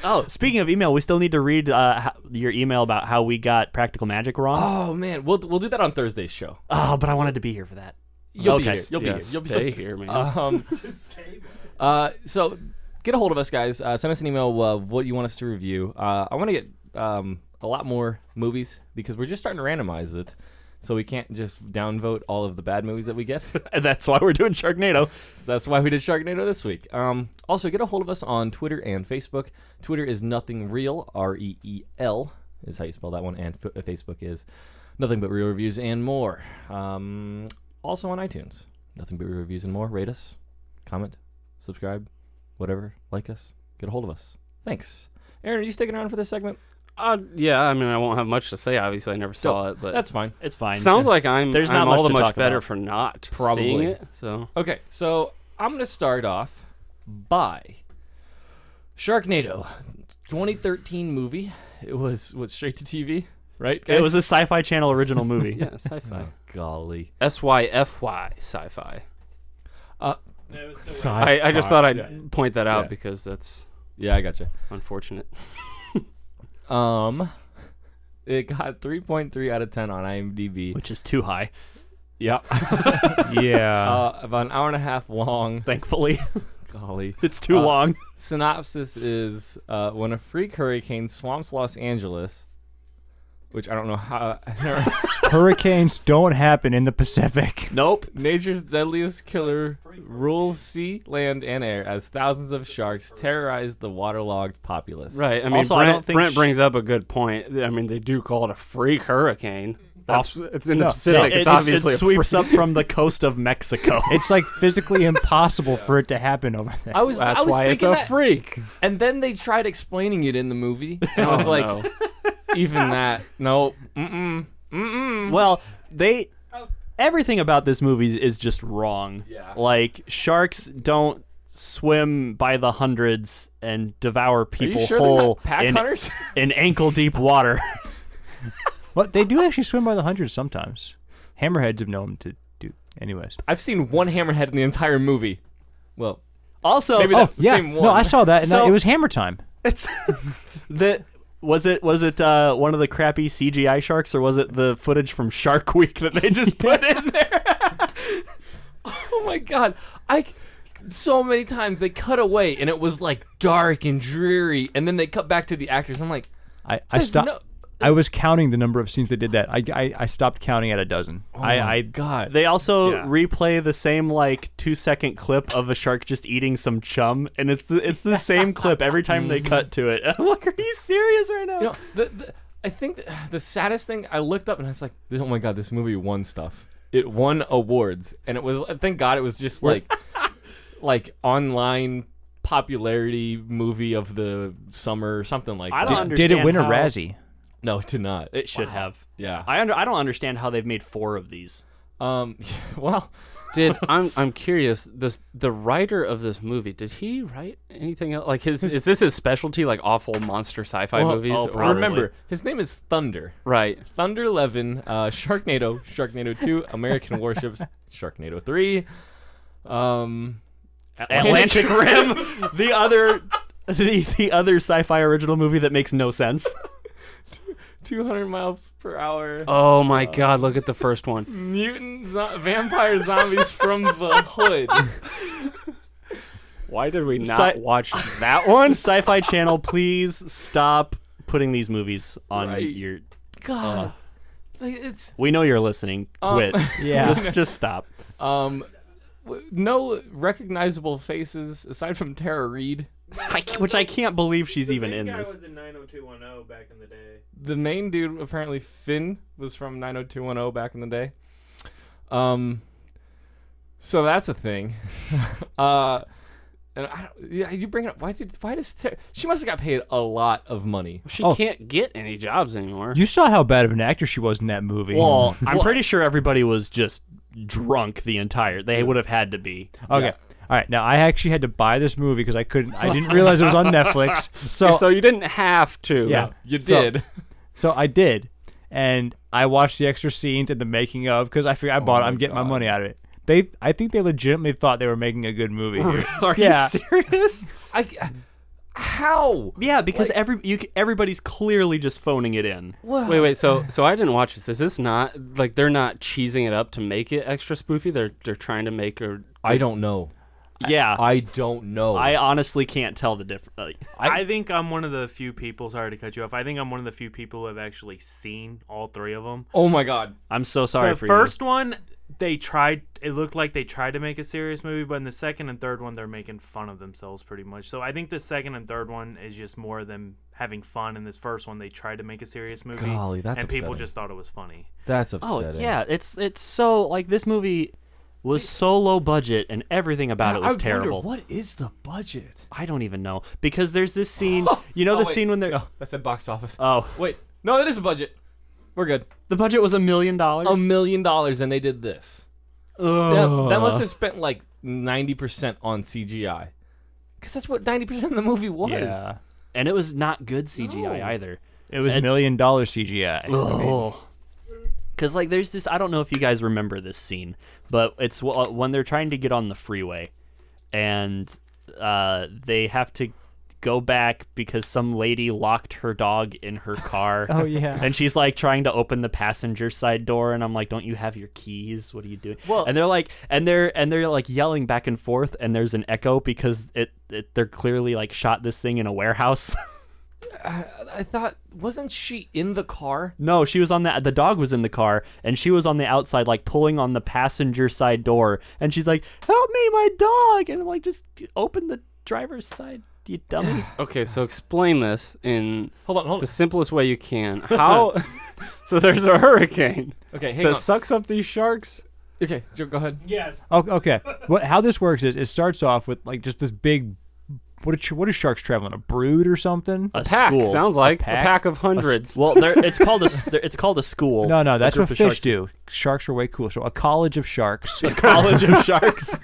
S2: Oh, speaking of email, we still need to read uh, how, your email about how we got Practical Magic wrong.
S3: Oh, man. We'll, we'll do that on Thursday's show.
S2: Oh, but I wanted to be here for that.
S3: You'll be
S2: Okay.
S3: here. You'll
S11: Yeah,
S3: be here. You'll be
S11: stay here, man.
S3: Um, uh, so get a hold of us, guys. Uh, send us an email of what you want us to review. Uh, I want to get um, a lot more movies because we're just starting to randomize it. So we can't just downvote all of the bad movies that we get.
S2: and Uh, that's why we're doing Sharknado.
S3: So that's why we did Sharknado this week. Um, also, get a hold of us on Twitter and Facebook. Twitter is nothing real, R E E L is how you spell that one, and f- uh, Facebook is nothing but real reviews and more. Um, also on iTunes, nothing but real reviews and more. Rate us, comment, subscribe, whatever. Like us, get a hold of us. Thanks, Aaron. Are you sticking around for this segment?
S11: Uh, yeah, I mean, I won't have much to say. Obviously, I never saw it, Uh, but
S3: that's fine.
S2: It's fine.
S11: Sounds like I'm.
S2: There's
S11: I'm
S2: not much
S11: all the
S2: to
S11: much
S2: talk
S11: better
S2: about.
S11: for not
S3: Probably.
S11: seeing it. So
S3: Okay, so I'm going to start off by Sharknado, It's a 2013 movie. It was what straight to TV, right?
S2: It
S3: guys?
S2: was a Sci-Fi Channel original movie.
S11: yeah, sci-fi.
S3: Oh, golly.
S11: S Y F Y sci-fi.
S3: Uh,
S11: I, I just thought I'd point that out
S3: Yeah.
S11: because that's
S3: yeah, I gotcha.
S11: unfortunate.
S3: Um, it got 3.3 out of 10 on IMDb.
S2: which is too high.
S3: Yeah,
S1: Yeah.
S3: uh, about an hour and a half long.
S2: Thankfully,
S3: Golly.
S2: it's too
S3: Uh,
S2: long.
S3: synopsis is uh, when a freak hurricane swamps Los Angeles, which I don't know how.
S1: Hurricanes don't happen in the Pacific.
S3: nope. Nature's deadliest killer rules sea, land, and air as thousands of sharks terrorize the waterlogged populace.
S11: Right. I mean,
S2: Also, I
S11: Brent,
S2: don't think
S11: Brent
S2: sh-
S11: brings up a good point. I mean, they do call it a freak hurricane. That's it's in the
S1: no,
S11: Pacific.
S2: It-
S11: it's,
S2: it-
S11: obviously
S2: it
S11: a
S2: sweeps
S11: freak-
S2: up from the coast of Mexico.
S1: It's like physically impossible for it to happen over there.
S3: I was. I
S11: That's
S3: was
S11: why it's
S3: thinking
S11: a
S3: that-
S11: freak.
S3: And then they tried explaining it in the movie, and I was like,
S11: Oh, no.
S3: even that, no, mm-mm, mm-mm.
S2: well, they everything about this movie is just wrong.
S3: Yeah.
S2: Like sharks don't swim by the hundreds and devour
S3: Are you
S2: people
S3: sure they're
S2: whole
S3: not pack
S2: in,
S3: hunters?
S2: in ankle deep water.
S1: But they do actually swim by the hundreds sometimes. Hammerheads have known to do. Anyways.
S3: I've seen one hammerhead in the entire movie. Well,
S2: also,
S3: Maybe
S2: oh,
S3: that-
S1: Yeah.
S3: Same
S1: No,
S3: one.
S1: I saw that. And
S2: So-
S1: it was hammer time.
S2: it's the was it was it uh, one of the crappy CGI sharks or was it the footage from Shark Week that they just put in there?
S3: Oh my god. I so many times they cut away and it was like dark and dreary and then they cut back to the actors. I'm like,
S1: I, I
S3: There's
S1: stopped.
S3: no-
S1: I was counting the number of scenes they did that. I, I, I stopped counting at a dozen. I, I
S3: Oh god.
S2: They also
S11: Yeah.
S2: replay the same like two second clip of a shark just eating some chum, and it's the it's the same clip every time they cut to it. I'm like, are you serious right now?
S3: you know, the, the, I think the, the saddest thing I looked up and I was like, this, oh my god, this movie won stuff. It won awards and it was thank god it was just like like online popularity movie of the summer or something like
S2: I
S3: that.
S2: don't
S1: did, did it win
S2: understand
S1: a
S2: how-
S1: Razzie?
S3: no, it did not.
S2: It should have.
S3: yeah.
S2: I under, I don't understand how they've made four of these.
S3: um well,
S11: Did I'm I'm curious. This the writer of this movie. Did he write anything else? Like his is this his specialty? Like awful monster sci-fi
S3: well,
S11: movies.
S2: oh,
S11: or-
S2: probably.
S3: remember his name is Thunder.
S11: Right.
S3: Thunder Eleven, uh, Sharknado, Sharknado Two, American Warships, Sharknado Three, um,
S2: Atlantic Rim, the other the the other sci-fi original movie that makes no sense.
S3: Two Hundred Miles Per Hour,
S11: Oh my God! Look at the first one.
S3: Mutant zo- Vampire Zombies from the Hood.
S11: Why did we
S2: not
S11: watch
S2: That one, Sci-Fi Channel, please stop putting these movies on
S3: Right.
S2: your.
S11: uh,
S3: God, like, it's
S2: We know you're listening. Quit.
S1: Yeah.
S2: just, just stop.
S3: um, w- no recognizable faces aside from Tara Reid.
S2: I ca- which I can't believe she's even in
S12: guy
S2: this.
S12: was in 90210 back in the day.
S3: The main dude apparently Finn was from 90210 back in the day. Um, so that's a thing. uh, and I don't, yeah, you bring it up. Why did? Why does Ter- she must have got paid a lot of money?
S11: She
S1: Oh.
S11: can't get any jobs anymore.
S1: You saw how bad of an actor she was in that movie.
S2: Well, I'm pretty sure everybody was just drunk the entire. They would have had to be.
S1: okay. All right. Now I actually had to buy this movie because I couldn't. I didn't realize it was on Netflix. So
S11: so you didn't have to.
S1: yeah,
S3: You
S1: So-
S3: did.
S1: So I did, and I watched the extra scenes and the making of because I figured I bought it. I'm getting Oh my money out of it. They, I think they legitimately thought they were making a good movie. Here.
S2: Are
S1: Yeah.
S2: you serious?
S3: I uh, how?
S2: Yeah, because every you c- everybody's clearly just phoning it in.
S11: Wait, wait. So, so I didn't watch this. Is this not like they're not cheesing it up to make it extra spoofy? They're they're trying to make a.
S3: I don't know.
S2: yeah.
S3: I don't know.
S2: I honestly can't tell the difference. Like,
S12: I, think I'm one of the few people. Sorry to cut you off. I think I'm one of the few people who have actually seen all three of them.
S3: Oh my god.
S2: I'm so sorry
S12: the
S2: for you.
S12: first one, they tried. It looked like they tried to make a serious movie, but in the second and third one, they're making fun of themselves pretty much. So I think the second and third one is just more of them having fun. In this first one, they tried to make a serious movie,
S3: Golly, that's
S12: and people
S3: upsetting.
S12: just thought it was funny.
S3: That's
S2: Oh
S3: upsetting.
S2: yeah, it's it's so like this movie was so low budget and everything about it
S3: I
S2: was
S3: wonder,
S2: terrible.
S3: what is the budget?
S2: I don't even know because there's this scene. You know
S3: Oh,
S2: the
S3: wait.
S2: scene when they're
S3: No, that's at box office.
S2: oh
S3: Wait, no, that is a budget. We're good.
S2: the budget was a million dollars.
S3: A million dollars, and they did this. That, that must have spent like ninety percent on CGI, because that's what ninety percent of the movie was.
S2: yeah, and it was not good CGI
S3: No.
S2: either.
S1: It was
S2: And-
S1: million dollar CGI.
S2: Oh. Cause like there's this I don't know if you guys remember this scene, but it's wh- uh, when they're trying to get on the freeway, and uh, they have to go back because some lady locked her dog in her car.
S1: Oh, yeah.
S2: and she's like trying to open the passenger side door, and I'm like, don't you have your keys? What are you doing?
S3: Well-
S2: and they're like, and they're and they're like yelling back and forth, and there's an echo because it, it they're clearly like shot this thing in a warehouse.
S3: I thought wasn't she in the car?
S2: No, she was on the the dog was in the car and she was on the outside like pulling on the passenger side door and she's like, "Help me, my dog." And I'm like, "Just open the driver's side, you dummy."
S11: Okay, so explain this in
S3: Hold on, hold
S11: the simplest way you can. How? so there's a hurricane
S3: Okay, hang
S11: that
S3: on.
S11: sucks up these sharks.
S3: Okay, Joe, go ahead.
S12: Yes.
S1: O- Okay. What how this works is it starts off with like just this big. What are, ch- what are sharks traveling? A brood or something?
S2: A
S11: Pack
S2: school.
S11: sounds like a pack,
S1: pack?
S11: of
S2: A s-
S11: hundreds.
S2: well, there, it's called a s- there- it's called a school.
S1: no, no,
S2: A
S1: that's what
S2: group of sharks
S1: fish
S2: is-
S1: do. Sharks are way cool. So a college of sharks.
S2: College of Sharks.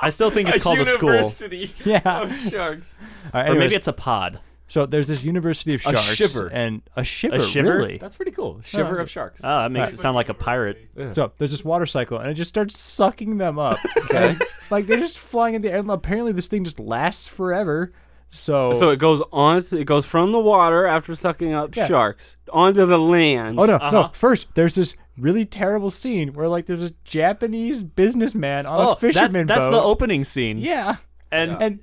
S2: I still think it's called a school,
S11: university
S1: yeah.
S11: of sharks.
S1: All right,
S2: or maybe
S1: anyways,
S2: it's a pod.
S1: so there's this university of
S3: A
S1: sharks
S3: shiver.
S1: and a shiver.
S2: shiver?
S1: Really?
S3: That's pretty cool. Shiver of sharks.
S2: Oh, that makes it sound like a pirate.
S1: So there's this water cycle, and it just starts sucking them up. Okay, like they're just flying in the air. And apparently, this thing just lasts forever. So,
S11: So it goes on. It goes from the water after sucking up
S1: Yeah.
S11: sharks onto the land.
S1: oh no,
S2: Uh-huh.
S1: no. First, there's this really terrible scene where like there's a Japanese businessman on
S2: Oh,
S1: a fisherman
S2: that's, that's the
S1: boat.
S2: opening scene.
S1: yeah,
S2: and
S1: and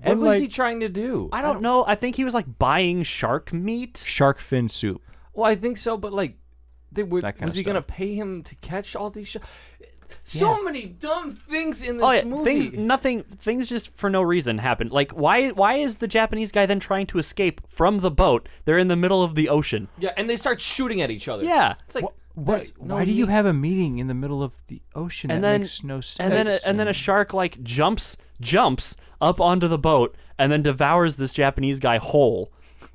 S3: what
S1: and
S3: was
S1: like
S3: he trying to do?
S2: I don't know. I think he was like buying shark meat.
S1: shark fin soup.
S3: Well, I think so, but like, they were.
S1: That kinda
S3: Was he
S1: stuff.
S3: gonna pay him to catch all these sharks? So many dumb things in this
S2: Oh yeah,
S3: movie.
S2: things nothing things just for no reason happen. Like why why is the Japanese guy then trying to escape from the boat? They're in the middle of the ocean.
S3: yeah, and they start shooting at each other.
S2: Yeah.
S3: it's like
S1: What?
S3: there's no
S1: why do you
S3: need-
S1: have a meeting in the middle of the ocean?
S2: And
S1: that
S2: then
S1: makes no sense.
S2: and then a, and then a shark like jumps jumps up onto the boat and then devours this Japanese guy whole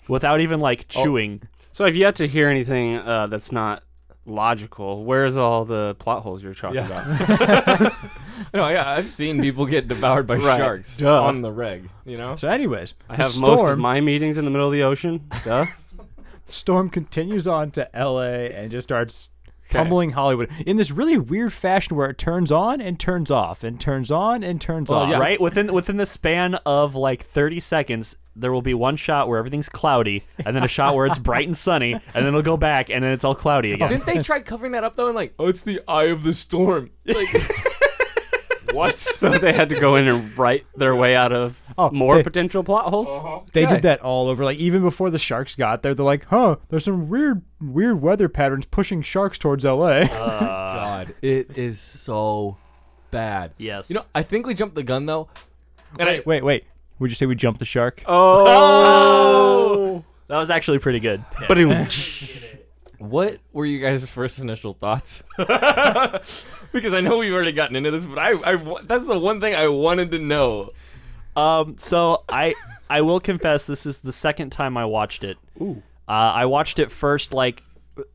S2: without even like
S1: Oh,
S2: chewing.
S11: So I've yet to hear anything uh, that's not logical. Where's all the plot holes you're talking about?
S3: No, yeah, I've seen people get devoured by
S11: Right.
S3: sharks
S11: Duh.
S3: on the reg. You know,
S1: so, anyways,
S11: I
S1: the
S11: have
S1: storm,
S11: most of my meetings in the middle of the ocean. Duh.
S1: storm continues on to L.A. and just starts pummeling Hollywood in this really weird fashion where it turns on and turns off and turns on and turns off.
S3: yeah.
S2: Right? Within within the span of like 30 seconds there will be one shot where everything's cloudy and then a shot where it's bright and sunny and then it'll go back and then it's all cloudy again.
S1: Oh.
S3: didn't they try covering that up though? And like, oh, it's the eye of the storm. Like, what?
S11: so they had to go in and write their way out of
S1: Oh,
S11: more
S1: they-
S11: potential plot holes.
S1: They
S3: Okay.
S1: did that all over. Like even before the sharks got there, they're like, "Huh, there's some weird, weird weather patterns pushing sharks towards L.A."
S3: God, it is so bad.
S2: Yes.
S3: You know, I think we jumped the gun though. And I,
S1: wait, wait. Would you say we jumped the shark?
S2: Oh, that was actually pretty good.
S11: Ba-doom.
S3: what were you guys' first initial thoughts? because I know we've already gotten into this, but I, I wa- that's the one thing I wanted to know.
S2: Um, so I I will confess this is the second time I watched it. Ooh. Uh, I watched it first like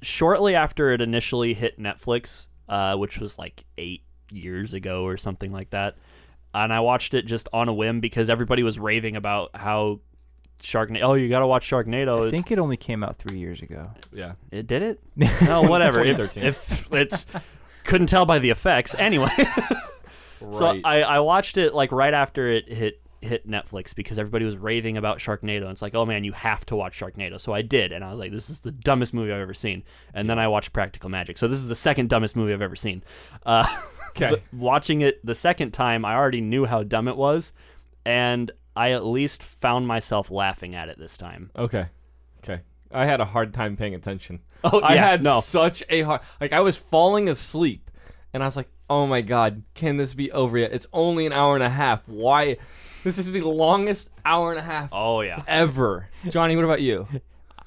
S2: shortly after it initially hit Netflix, uh, which was like eight years ago or something like that. And I watched it just on a whim because everybody was raving about how Sharknado. Oh, you gotta watch Sharknado.
S1: I
S2: It's-
S1: think it only came out three years ago.
S3: Yeah.
S2: it did it. No, whatever. If-
S3: 2013.
S2: if it's couldn't tell by the effects anyway. So
S3: Right.
S2: I, I watched it like right after it hit hit Netflix because everybody was raving about Sharknado. And it's like, oh man, you have to watch Sharknado. So I did, and I was like, this is the dumbest movie I've ever seen. And then I watched Practical Magic. So this is the second dumbest movie I've ever seen. Uh,
S1: Okay.
S2: But watching it the second time, I already knew how dumb it was, and I at least found myself laughing at it this time.
S3: Okay. Okay. I had a hard time paying attention.
S2: Oh,
S3: I
S2: yeah,
S3: had
S2: no.
S3: such a hard like I was falling asleep and I was like, "Oh my god, can this be over yet? It's only an hour and a half. Why this is the longest hour and a half."
S2: Oh yeah.
S3: Ever. Johnny, what about you?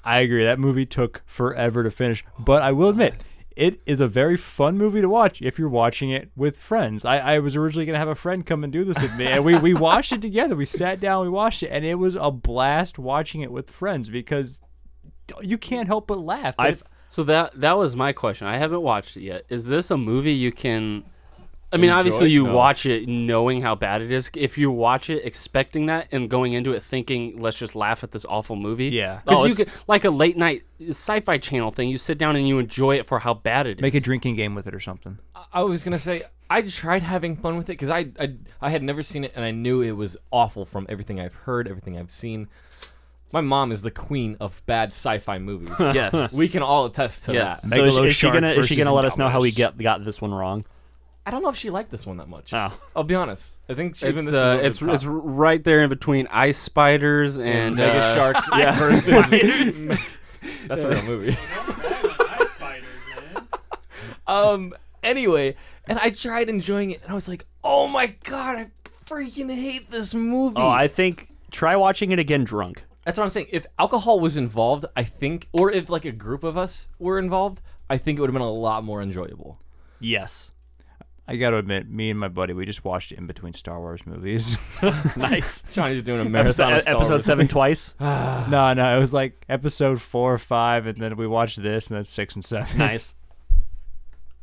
S1: I agree. That movie took forever to finish, but I will admit, it is a very fun movie to watch if you're watching it with friends. I, I was originally gonna have a friend come and do this with me, and we we watched it together. We sat down, we watched it, and it was a blast watching it with friends because you can't help but laugh. But
S11: I
S1: if-
S11: so that that was my question. I haven't watched it yet. Is this a movie you can? I mean,
S3: Enjoy?
S11: obviously you
S3: No.
S11: watch it knowing how bad it is. If you watch it expecting that and going into it thinking, let's just laugh at this awful movie.
S1: Yeah.
S11: because
S1: Oh,
S11: you
S1: it's-
S11: get, like a late night sci-fi channel thing. You sit down and you enjoy it for how bad it is.
S1: make a drinking game with it or something.
S3: I was gonna say I tried having fun with it because I, I I had never seen it and I knew it was awful from everything I've heard, everything I've seen. My mom is the queen of bad sci-fi movies.
S11: Yes.
S3: we can all attest to
S11: Yes.
S3: that.
S2: So is,
S1: Megalo
S2: is she
S1: shark
S2: gonna is she
S1: versus
S2: gonna let us know how we
S1: Indominus.
S2: get got this one wrong?
S3: I don't know if she liked this one that much.
S2: Oh.
S3: I'll be honest. I think she, even
S11: Ah. It's uh,
S3: this is
S11: it's
S3: over the
S11: it's
S3: top.
S11: right there in between ice spiders and
S3: Mega
S11: uh,
S3: Shark
S11: yeah.
S3: versus. That's a real movie. um. Anyway, and I tried enjoying it, and I was like, "Oh my god, I freaking hate this movie."
S2: Oh, I think try watching it again drunk.
S3: That's what I'm saying. If alcohol was involved, I think, or if like a group of us were involved, I think it would have been a lot more enjoyable.
S2: Yes.
S1: I gotta admit, me and my buddy, we just watched it in between Star Wars movies.
S2: nice.
S3: Johnny's doing a
S2: Episode,
S3: marathon. of Star
S2: episode
S3: Wars.
S2: seven twice.
S1: no, no, it was like episode four or five, and then we watched this, and then six and seven.
S2: nice.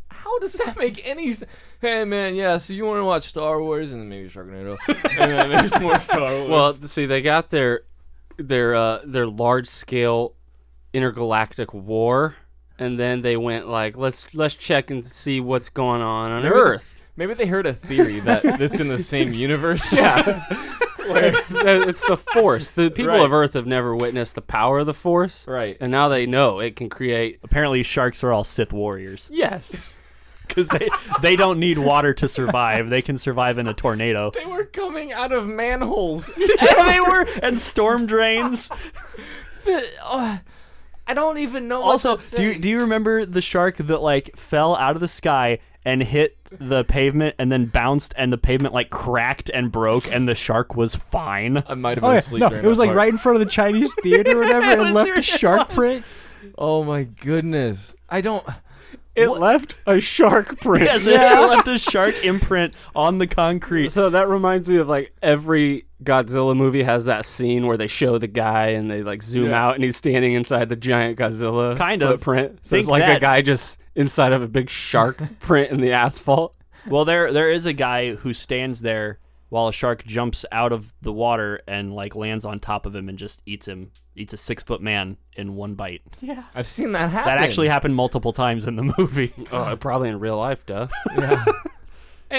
S3: How does that make any sense? Hey man, yeah. So you want to watch Star Wars and then maybe Sharknado, and then there's more Star Wars.
S11: Well, see, they got their their uh, their large scale intergalactic war, and then they went like let's let's check and see what's going on on
S3: Maybe-
S11: Earth.
S3: maybe they heard a theory that that's in the same universe.
S11: Yeah, it's, the, it's the Force. The people of
S3: Right.
S11: Earth have never witnessed the power of the Force,
S3: Right.
S11: And now they know it can create.
S2: Apparently, sharks are all Sith warriors
S3: Yes.
S2: because they they don't need water to survive. They can survive in a tornado.
S3: They were coming out of manholes.
S2: and they were and storm drains.
S3: Oh, I don't even know.
S2: Also,
S3: what to
S2: do you,
S3: say.
S2: do you remember the shark that like fell out of the sky and hit the pavement and then bounced and the pavement like cracked and broke and the shark was fine?
S3: I might have been
S1: Oh, yeah.
S3: asleep.
S1: No,
S3: during
S1: it was
S3: that
S1: like
S3: part.
S1: right in front of the Chinese theater or whatever,
S3: was
S1: and left
S3: there-
S1: a
S3: it
S1: shark print.
S3: Oh my goodness. I don't.
S1: It left a shark print.
S2: Yes, it left a shark imprint on the concrete.
S11: So that reminds me of like every Godzilla movie has that scene where they show the guy and they like zoom
S3: Yeah.
S11: out and he's standing inside the giant Godzilla
S2: Kind of.
S11: footprint. So
S2: Think
S11: it's like
S2: that.
S11: a guy just inside of a big shark print in the asphalt.
S2: Well, there there is a guy who stands there while a shark jumps out of the water and like lands on top of him and just eats him, eats a six foot man in one bite.
S3: I've seen that happen.
S2: That actually happened multiple times in the movie.
S11: Oh, probably in real life, duh.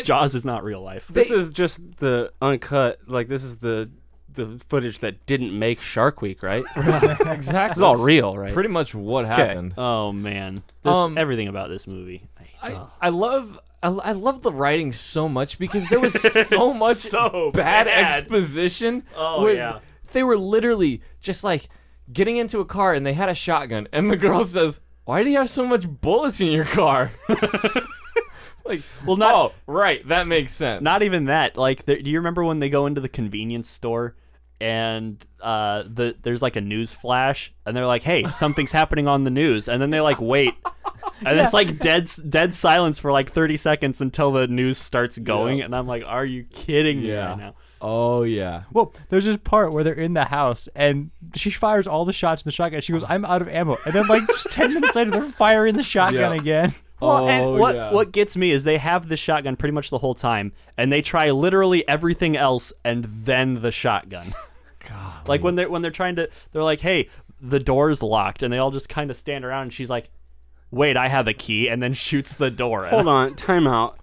S2: Jaws is not real life.
S11: this is just the uncut. Like this is the the footage that didn't make Shark Week, right?
S3: exactly.
S11: this is all real, right?
S3: Pretty much what happened.
S2: Oh man, this,
S3: Um,
S2: everything about this movie. I hate
S3: I, I love I, I love the writing so much because there was so much
S2: so
S3: bad,
S2: bad.
S3: exposition.
S2: Oh, yeah.
S3: They were literally just like getting into a car and they had a shotgun and the girl says, "Why do you have so much bullets in your car?" like, well,
S2: not-
S3: oh, right, that makes sense.
S2: Not e-, even that. Like, there, do you remember when they go into the convenience store and uh, the there's like a news flash, and they're like, "Hey, something's happening on the news," and then they like wait, and it's like dead s- dead silence for like thirty seconds until the news starts going, and I'm like, "Are you kidding me
S3: Yeah.
S2: right now?"
S3: Oh yeah.
S1: Well, there's this part where they're in the house and she fires all the shots in the shotgun. She goes, "I'm out of ammo," and then like just ten minutes later, they're firing the shotgun
S3: Yeah.
S1: again.
S2: Well, and
S3: Oh,
S2: what
S3: yeah.
S2: what gets me is they have the shotgun pretty much the whole time, and they try literally everything else and then the shotgun. like when they're when they're trying to, they're like, "Hey, the door's locked," and they all just kind of stand around, and she's like, "Wait, I have a key," and then shoots the door.
S11: Hold on, time out.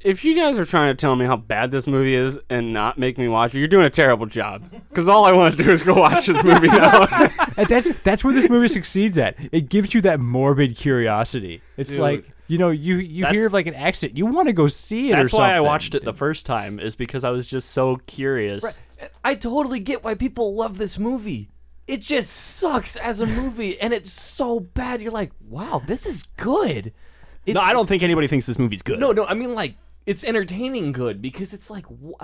S11: if you guys are trying to tell me how bad this movie is and not make me watch it, you're doing a terrible job. Because all I want to do is go watch this movie now.
S1: And that's that's where this movie succeeds at. It gives you that morbid curiosity. It's
S2: Dude.
S1: like you know you you hear of like an accident, you want to go see it. or
S2: That's why I
S1: something.
S2: watched it the first time is because I was just so curious.
S3: I totally get why people love this movie. It just sucks as a movie, and it's so bad. You're like, wow, this is good.
S2: no, I don't think anybody thinks this movie's good.
S3: No, no, I mean like it's entertaining good because it's like, wh-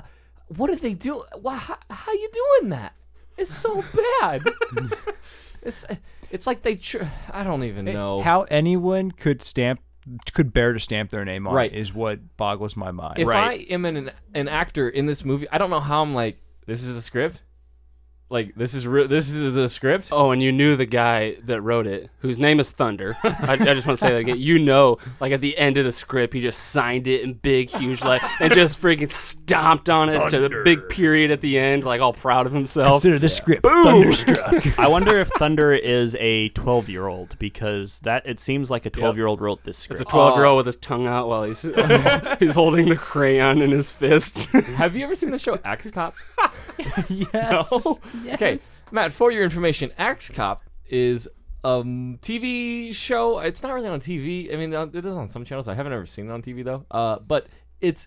S3: what did they do? Why, how, how you doing that? It's so bad. it's it's like they. Tr- I don't even know
S1: How anyone could stamp could bear to stamp their name on
S3: Right.
S1: it is what boggles my mind.
S3: If I am an an actor in this movie, I don't know how I'm like. This is a script. Like this is real. This is the script.
S11: Oh, and you knew the guy that wrote it, whose name is Thunder. I, I just want to say that again. You know, like at the end of the script, he just signed it in big, huge like, and just freaking stomped on it to the big period at the end, like all proud of himself.
S1: Consider this script
S11: Boom!
S1: thunderstruck.
S2: I wonder if Thunder is a 12 year old because that it seems like a 12 year old wrote this
S11: It's
S2: script.
S11: a 12 year old with his tongue out while he's he's holding the crayon in his fist.
S3: Have you ever seen the show Axe Cop?
S1: yes.
S3: Okay, Matt. For your information, Axe Cop is um TV show. It's not really on TV. I mean, uh, it is on some channels. I haven't ever seen it on TV though. Uh, but it's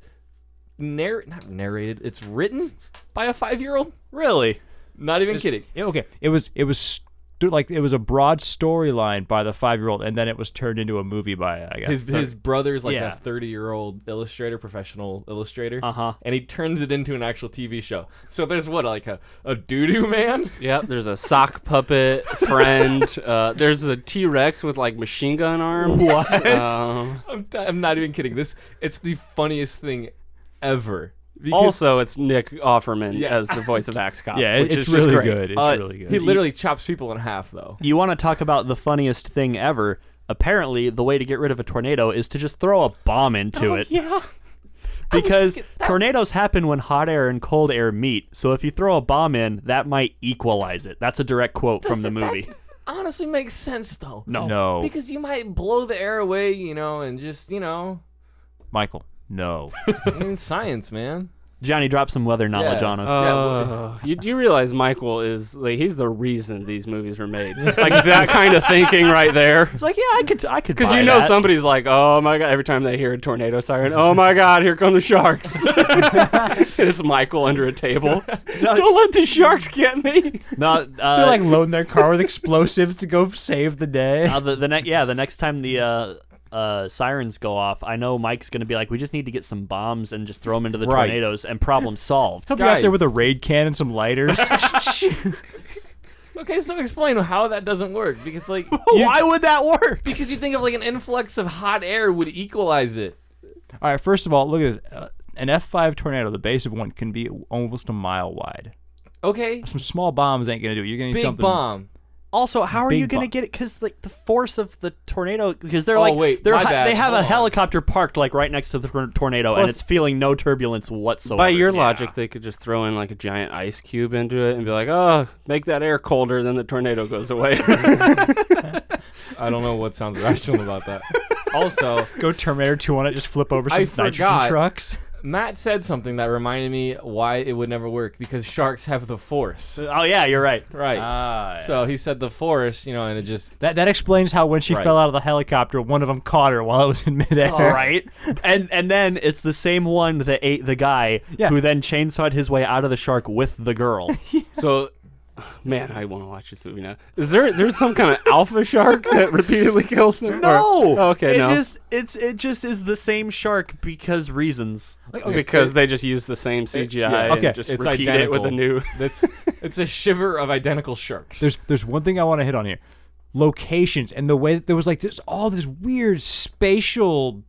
S3: narr not narrated. It's written by a five year old.
S2: Really?
S3: Not even kidding.
S1: Yeah, okay. It was it was st- like it was a broad storyline by the five year old, and then it was turned into a movie by I guess
S3: His
S1: the-
S3: his brother's like
S1: Yeah.
S3: a thirty year old illustrator, professional illustrator.
S2: Uh-huh.
S3: And he turns it into an actual TV show. So there's what like a a doo doo man.
S11: Yep, there's a sock puppet friend. Uh, there's a T Rex with like machine gun arms. What? Um,
S3: I'm, t- I'm not even kidding. This it's the funniest thing ever. Because
S11: also, it's Nick Offerman
S3: Yeah.
S11: as the voice of Axe Cop.
S1: yeah, it-
S11: which
S1: it's
S11: is just
S1: really
S11: great.
S1: good. It's
S2: Uh,
S1: really good.
S3: he literally chops people in half though.
S2: You want to talk about the funniest thing ever? Apparently, the way to get rid of a tornado is to just throw a bomb into it.
S3: Oh, Yeah.
S2: Because tornadoes happen when hot air and cold air meet. So if you throw a bomb in, that might equalize it. That's a direct quote from the movie.
S3: Honestly, makes sense though.
S2: no.
S1: no,
S3: Because you might blow the air away, you know, and just you know,
S1: Michael, no.
S3: I mean, science, man.
S2: Johnny, drop some weather knowledge
S3: Yeah.
S2: on us.
S11: Uh, you do realize Michael is like he's the reason these movies were made. Like that kind of thinking right there.
S2: it's like, yeah, I could, I could.
S11: Because
S2: buy
S11: you know
S2: that.
S11: somebody's like, oh my god, every time they hear a tornado siren, oh my god, here come the sharks. and it's Michael under a table. Don't let the sharks get me.
S2: Not
S1: They're
S2: uh,
S1: like loading their car with explosives to go save the day.
S2: uh, the, the next yeah the next time the uh, uh, sirens go off i know mike's gonna be like we just need to get some bombs and just throw them into the
S1: Right.
S2: tornadoes and problem solved
S1: He'll be out there
S3: guys.
S1: with a raid can and some lighters.
S3: Okay, so explain how that doesn't work because like
S2: why would that work
S3: because you think of like an influx of hot air would equalize it.
S1: All right, first of all, look at this. Uh, an F5 tornado, the base of one, can be almost a mile wide.
S3: Okay,
S1: Some small bombs ain't gonna do it. You're gonna need
S3: big
S1: something.
S3: bomb.
S2: also how are
S1: Big
S2: you gonna
S1: bomb.
S2: get it because like the force of the tornado because they're
S3: Oh,
S2: like
S3: wait,
S2: they're
S3: my bad.
S2: they have
S3: Hold
S2: a
S3: on.
S2: helicopter parked like right next to the tor- tornado and
S11: Plus-
S2: it's feeling no turbulence whatsoever
S11: By your logic, they could just throw in like a giant ice cube into it and be like, oh, make that air colder, then the tornado goes away.
S3: I don't know what sounds rational about that. Also,
S1: Go Terminator 2 on it. Just flip over some
S3: I
S1: nitrogen
S3: forgot.
S1: trucks.
S3: Matt said something that reminded me why it would never work because sharks have the force.
S2: oh yeah you're right
S3: Right.
S2: Ah,
S3: So he said the force, you know, and it just
S1: That that explains how when she
S3: Right.
S1: fell out of the helicopter, one of them caught her while it was in midair.
S2: All right, and and then it's the same one that ate the guy
S1: Yeah.
S2: who then chainsawed his way out of the shark with the girl.
S11: so, man, I want to watch this movie now. Is there there's some kind of alpha shark that repeatedly kills them? Or-
S2: No.
S11: Oh, okay,
S2: it
S11: no.
S2: Just, it's it just is the same shark because reasons.
S11: because they just use the same CGI
S1: Okay.
S11: and just repeat it with a new.
S3: That's it's a shiver of identical sharks.
S1: There's there's one thing I want to hit on here. Locations and the way that there was like this all this weird spatial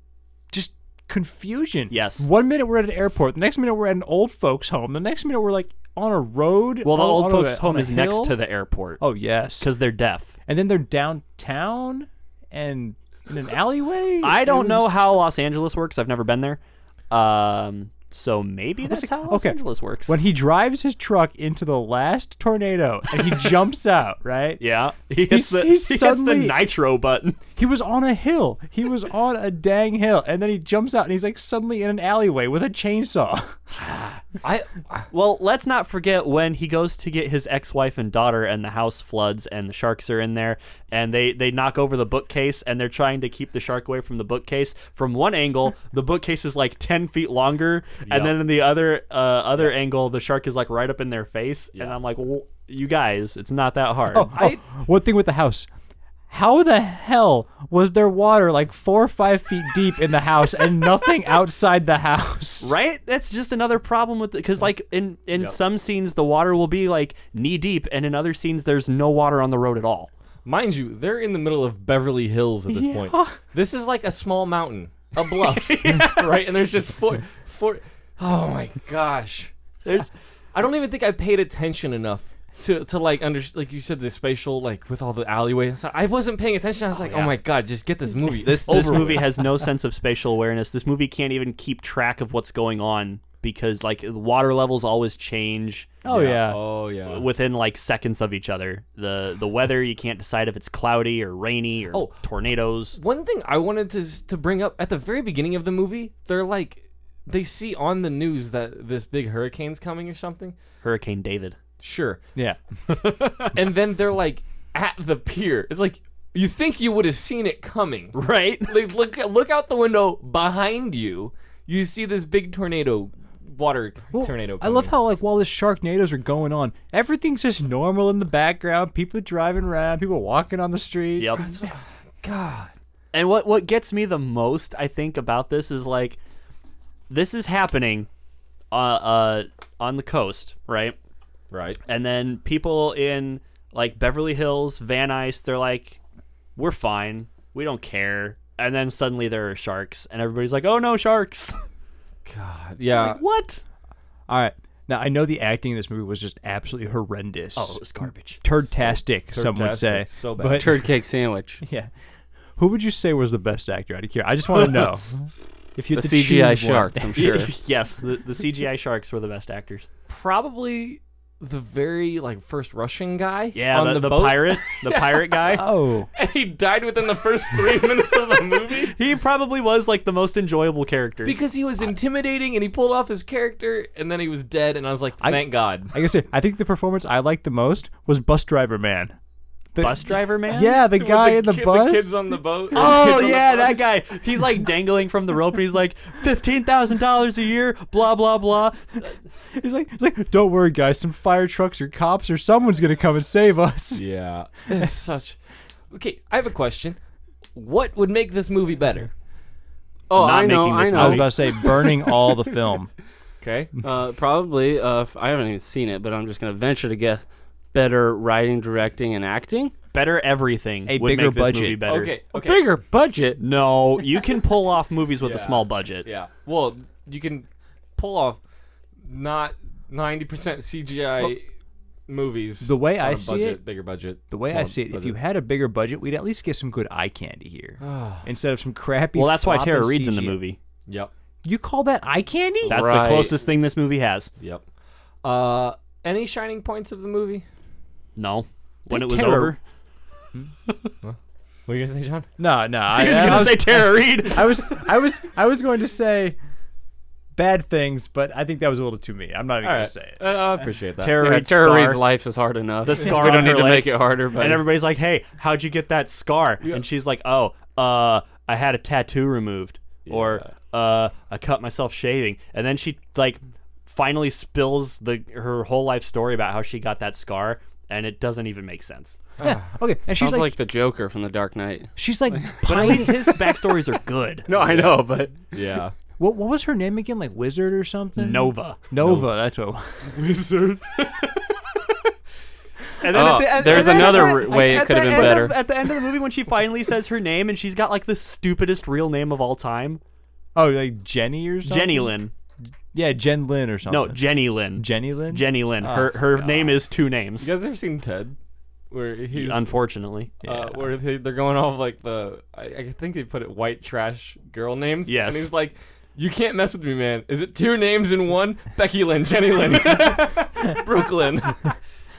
S1: just confusion.
S2: Yes.
S1: One minute we're at an airport, the next minute we're at an old folks home, the next minute we're like on a road.
S2: Well, the
S1: on-
S2: old
S1: on a-
S2: folks' home
S1: on a
S2: is next
S1: hill.
S2: to the airport
S1: Oh yes.
S2: because they're deaf.
S1: And then they're downtown and in an alleyway.
S2: I
S1: It
S2: don't know
S1: was-
S2: how Los Angeles works. I've never been there. Um, So maybe that's how Los Angeles works.
S1: When he drives his truck into the last tornado and he jumps out, right?
S2: Yeah. He hits the- he hits the nitro button.
S1: He was on a hill. He was on a dang hill. And then he jumps out and he's like suddenly in an alleyway with a chainsaw.
S2: I well, let's not forget when he goes to get his ex-wife and daughter, and the house floods, and the sharks are in there, and they they knock over the bookcase, and they're trying to keep the shark away from the bookcase. From one angle, the bookcase is like ten feet longer,
S11: Yeah.
S2: and then in the other uh, other angle, the shark is like right up in their face, and I'm like, well, you guys, it's not that hard.
S1: Oh, oh, one thing with the house. How the hell was there water like four or five feet deep in the house and nothing outside the house?
S2: Right? That's just another problem with because like in in
S1: Yep.
S2: some scenes the water will be like knee deep, and in other scenes there's no water on the road at all.
S3: Mind you, they're in the middle of Beverly Hills at this point.
S2: Yeah.
S3: This is like a small mountain, a bluff, right? And there's just four, four. Oh my gosh! There's. I don't even think I paid attention enough to to like under like you said the spatial like with all the alleyways. and stuff. I wasn't paying attention. I was like, oh,
S2: yeah.
S3: my god, just get this movie.
S2: This
S3: over
S2: this movie
S3: with.
S2: has no sense of spatial awareness. This movie can't even keep track of what's going on because like the water levels always change. uh,
S1: Oh, Yeah. yeah.
S3: Oh yeah.
S2: Within like seconds of each other. The the weather you can't decide if it's cloudy or rainy or
S3: Oh.
S2: tornadoes.
S3: One thing I wanted to s- to bring up at the very beginning of the movie, they're like, they see on the news that this big hurricane's coming or something.
S2: Hurricane David.
S3: Sure.
S1: Yeah.
S3: and then they're like at the pier. It's like you think you would have seen it coming,
S2: right?
S3: Like look look out the window behind you. You see this big tornado, water tornado.
S1: I love how like while the Sharknadoes are going on, everything's just normal in the background. People driving around, people walking on the streets.
S2: Yep.
S3: God.
S2: And what what gets me the most, I think, about this is like, this is happening, uh, uh on the coast, right?
S3: Right.
S2: And then people in like Beverly Hills, Van Nuys, they're like, we're fine, we don't care. And then suddenly there are sharks, and everybody's like, oh no, sharks!
S3: God. Uh, Yeah.
S2: what?
S1: All right. Now I know the acting in this movie was just absolutely horrendous.
S2: Oh, it was garbage.
S1: Turdtastic,
S11: So-
S1: some would say.
S11: turdtastic, so bad.
S1: But-
S11: Turd cake sandwich.
S1: Yeah. Who would you say was the best actor out of here? I just want to know. If you had
S11: The
S1: to choose
S11: CGI
S1: one.
S11: sharks, I'm sure.
S2: yes, the, the CGI sharks were the best actors.
S3: Probably the very like first Russian guy.
S2: Yeah,
S3: on
S2: the,
S3: the,
S2: the
S3: boat.
S2: pirate, the pirate guy.
S1: Oh,
S3: And he died within the first three minutes of the movie
S2: he probably was like the most enjoyable character.
S3: because he was intimidating and he pulled off his character and then he was dead and I was like,
S1: I-
S3: thank God.
S1: Like I said, I think the performance I liked the most was Bus Driver Man. The-
S2: bus driver man.
S1: Yeah, the
S3: With
S1: guy in the
S3: kid-
S1: bus.
S3: The kids on the boat. or the
S2: Oh
S3: kids on the
S2: yeah,
S3: bus.
S2: that guy. He's like dangling from the rope, and he's like fifteen thousand dollars a year. Blah blah blah.
S1: He's like, he's like, don't worry, guys. Some fire trucks or cops or someone's gonna come and save us.
S3: Yeah. It's such. Okay, I have a question. What would make this movie better?
S11: Oh,
S2: Not
S11: I know,
S2: making this
S11: I know.
S1: I was about to say burning all the film.
S3: Okay.
S11: Uh, probably. Uh, if, I haven't even seen it, but I'm just gonna venture to guess. Better writing, directing, and acting.
S2: Better everything.
S1: A
S2: would
S1: bigger
S2: make this
S1: budget.
S2: Movie better.
S3: Okay. Okay.
S11: Bigger budget.
S2: No, you can pull off movies with a
S3: Yeah.
S2: small budget.
S3: Yeah. Well, you can pull off not 90% CGI movies.
S1: the way
S3: on
S1: I
S3: a
S1: see
S3: budget,
S1: it-
S3: bigger budget.
S1: The way I
S3: smaller
S1: see it, if
S3: budget.
S1: you had a bigger budget, we'd at least get some good eye candy here instead of some crappy.
S2: Well, that's why Tara
S1: floppy
S2: Reid's in the
S1: CG.
S2: movie.
S3: Yep.
S1: You call that eye candy?
S2: That's
S11: Right.
S2: the closest thing this movie has.
S3: Yep. Uh, any shining points of the movie?
S2: No. When
S1: Dude,
S2: it was
S1: Tara-
S2: over,
S3: What are you gonna say, John?
S1: no, no. I,
S2: he was
S1: I
S2: gonna
S1: was-
S2: say Tara Reid.
S1: I was, I was, I was going to say bad things, but I think that was a little too mean. I'm not even gonna say it.
S3: Uh, I appreciate that.
S2: Tara
S11: Yeah,
S2: Reid's
S11: Tara Reid's
S2: scar.
S11: life is hard enough.
S2: The scar
S11: we
S2: on
S11: don't need
S2: her
S11: to
S2: leg.
S11: make it harder. But
S2: and everybody's like, "Hey, how'd you get that scar?" And she's like, "Oh, uh, I had a tattoo removed, or uh, I cut myself shaving." And then she like finally spills the her whole life story about how she got that scar, and it doesn't even make sense.
S1: Yeah. Okay. And she's
S11: sounds
S1: like,
S11: like, the Joker from The Dark Knight.
S1: she's like,
S2: But at
S1: pining
S2: least his backstories are good.
S11: No, I know, but
S3: Yeah.
S1: What what was her name again? Like Wizard or something?
S2: Nova.
S1: Nova. That's what.
S2: Wizard. And then
S11: Oh,
S2: at the end-
S11: there's
S2: and then at
S11: another
S2: the-
S11: r- way it
S2: at
S11: could've
S2: the
S11: been
S2: end
S11: better.
S2: of- at the end of the movie, when she finally says her name, and she's got like the stupidest real name of all time,
S1: Oh, like Jenny or something.
S2: Jenny Lynn.
S1: Yeah, Jen Lynn or something.
S2: No, Jenny Lynn.
S1: Jenny Lynn.
S2: Jenny Lynn.
S1: Oh,
S2: her her name is two names.
S3: You guys ever seen Ted? Where he's
S2: Unfortunately.
S3: uh, where they, they're going off like the I, I think they put it white trash girl names.
S2: Yes.
S3: and he's like, You can't mess with me, man. Is it two names in one? Becky Lynn, Jenny Lynn, Brooklyn.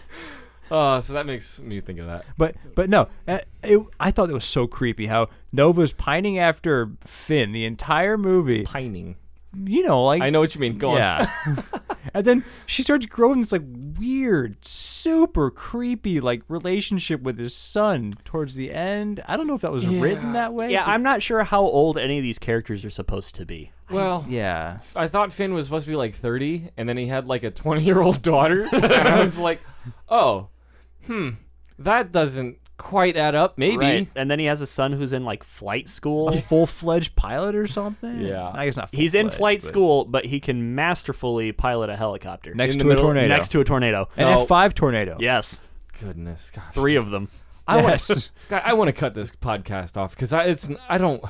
S3: Oh, so that makes me think of that.
S1: But but no, uh, it, I thought it was so creepy how Nova's pining after Finn the entire movie.
S3: Pining.
S1: You know, like
S3: I know what you mean. Go on.
S1: yeah. and then she starts growing this like weird, super creepy like relationship with his son towards the end. I don't know if that was written that way.
S2: Yeah, I'm not sure how old any of these characters are supposed to be.
S3: Well,
S1: yeah.
S3: I thought Finn was supposed to be like 30, and then he had like a 20 year old daughter. and I was like, oh, hmm, that doesn't quite add up, maybe.
S2: Right. And then he has a son who's in like flight school.
S1: Full fledged pilot or something.
S3: Yeah.
S1: I guess not.
S2: He's in
S1: full-fledged,
S2: flight
S1: but-
S2: school, but he can masterfully pilot a helicopter
S1: next
S3: in
S1: to
S3: the
S1: a
S3: middle-
S1: tornado.
S2: next to Oh. a tornado.
S1: an
S3: No.
S1: F5 tornado.
S2: Yes,
S3: Goodness, gosh.
S2: three of them.
S3: I
S1: Yes.
S3: want to. I want to cut this podcast off because I it's I don't.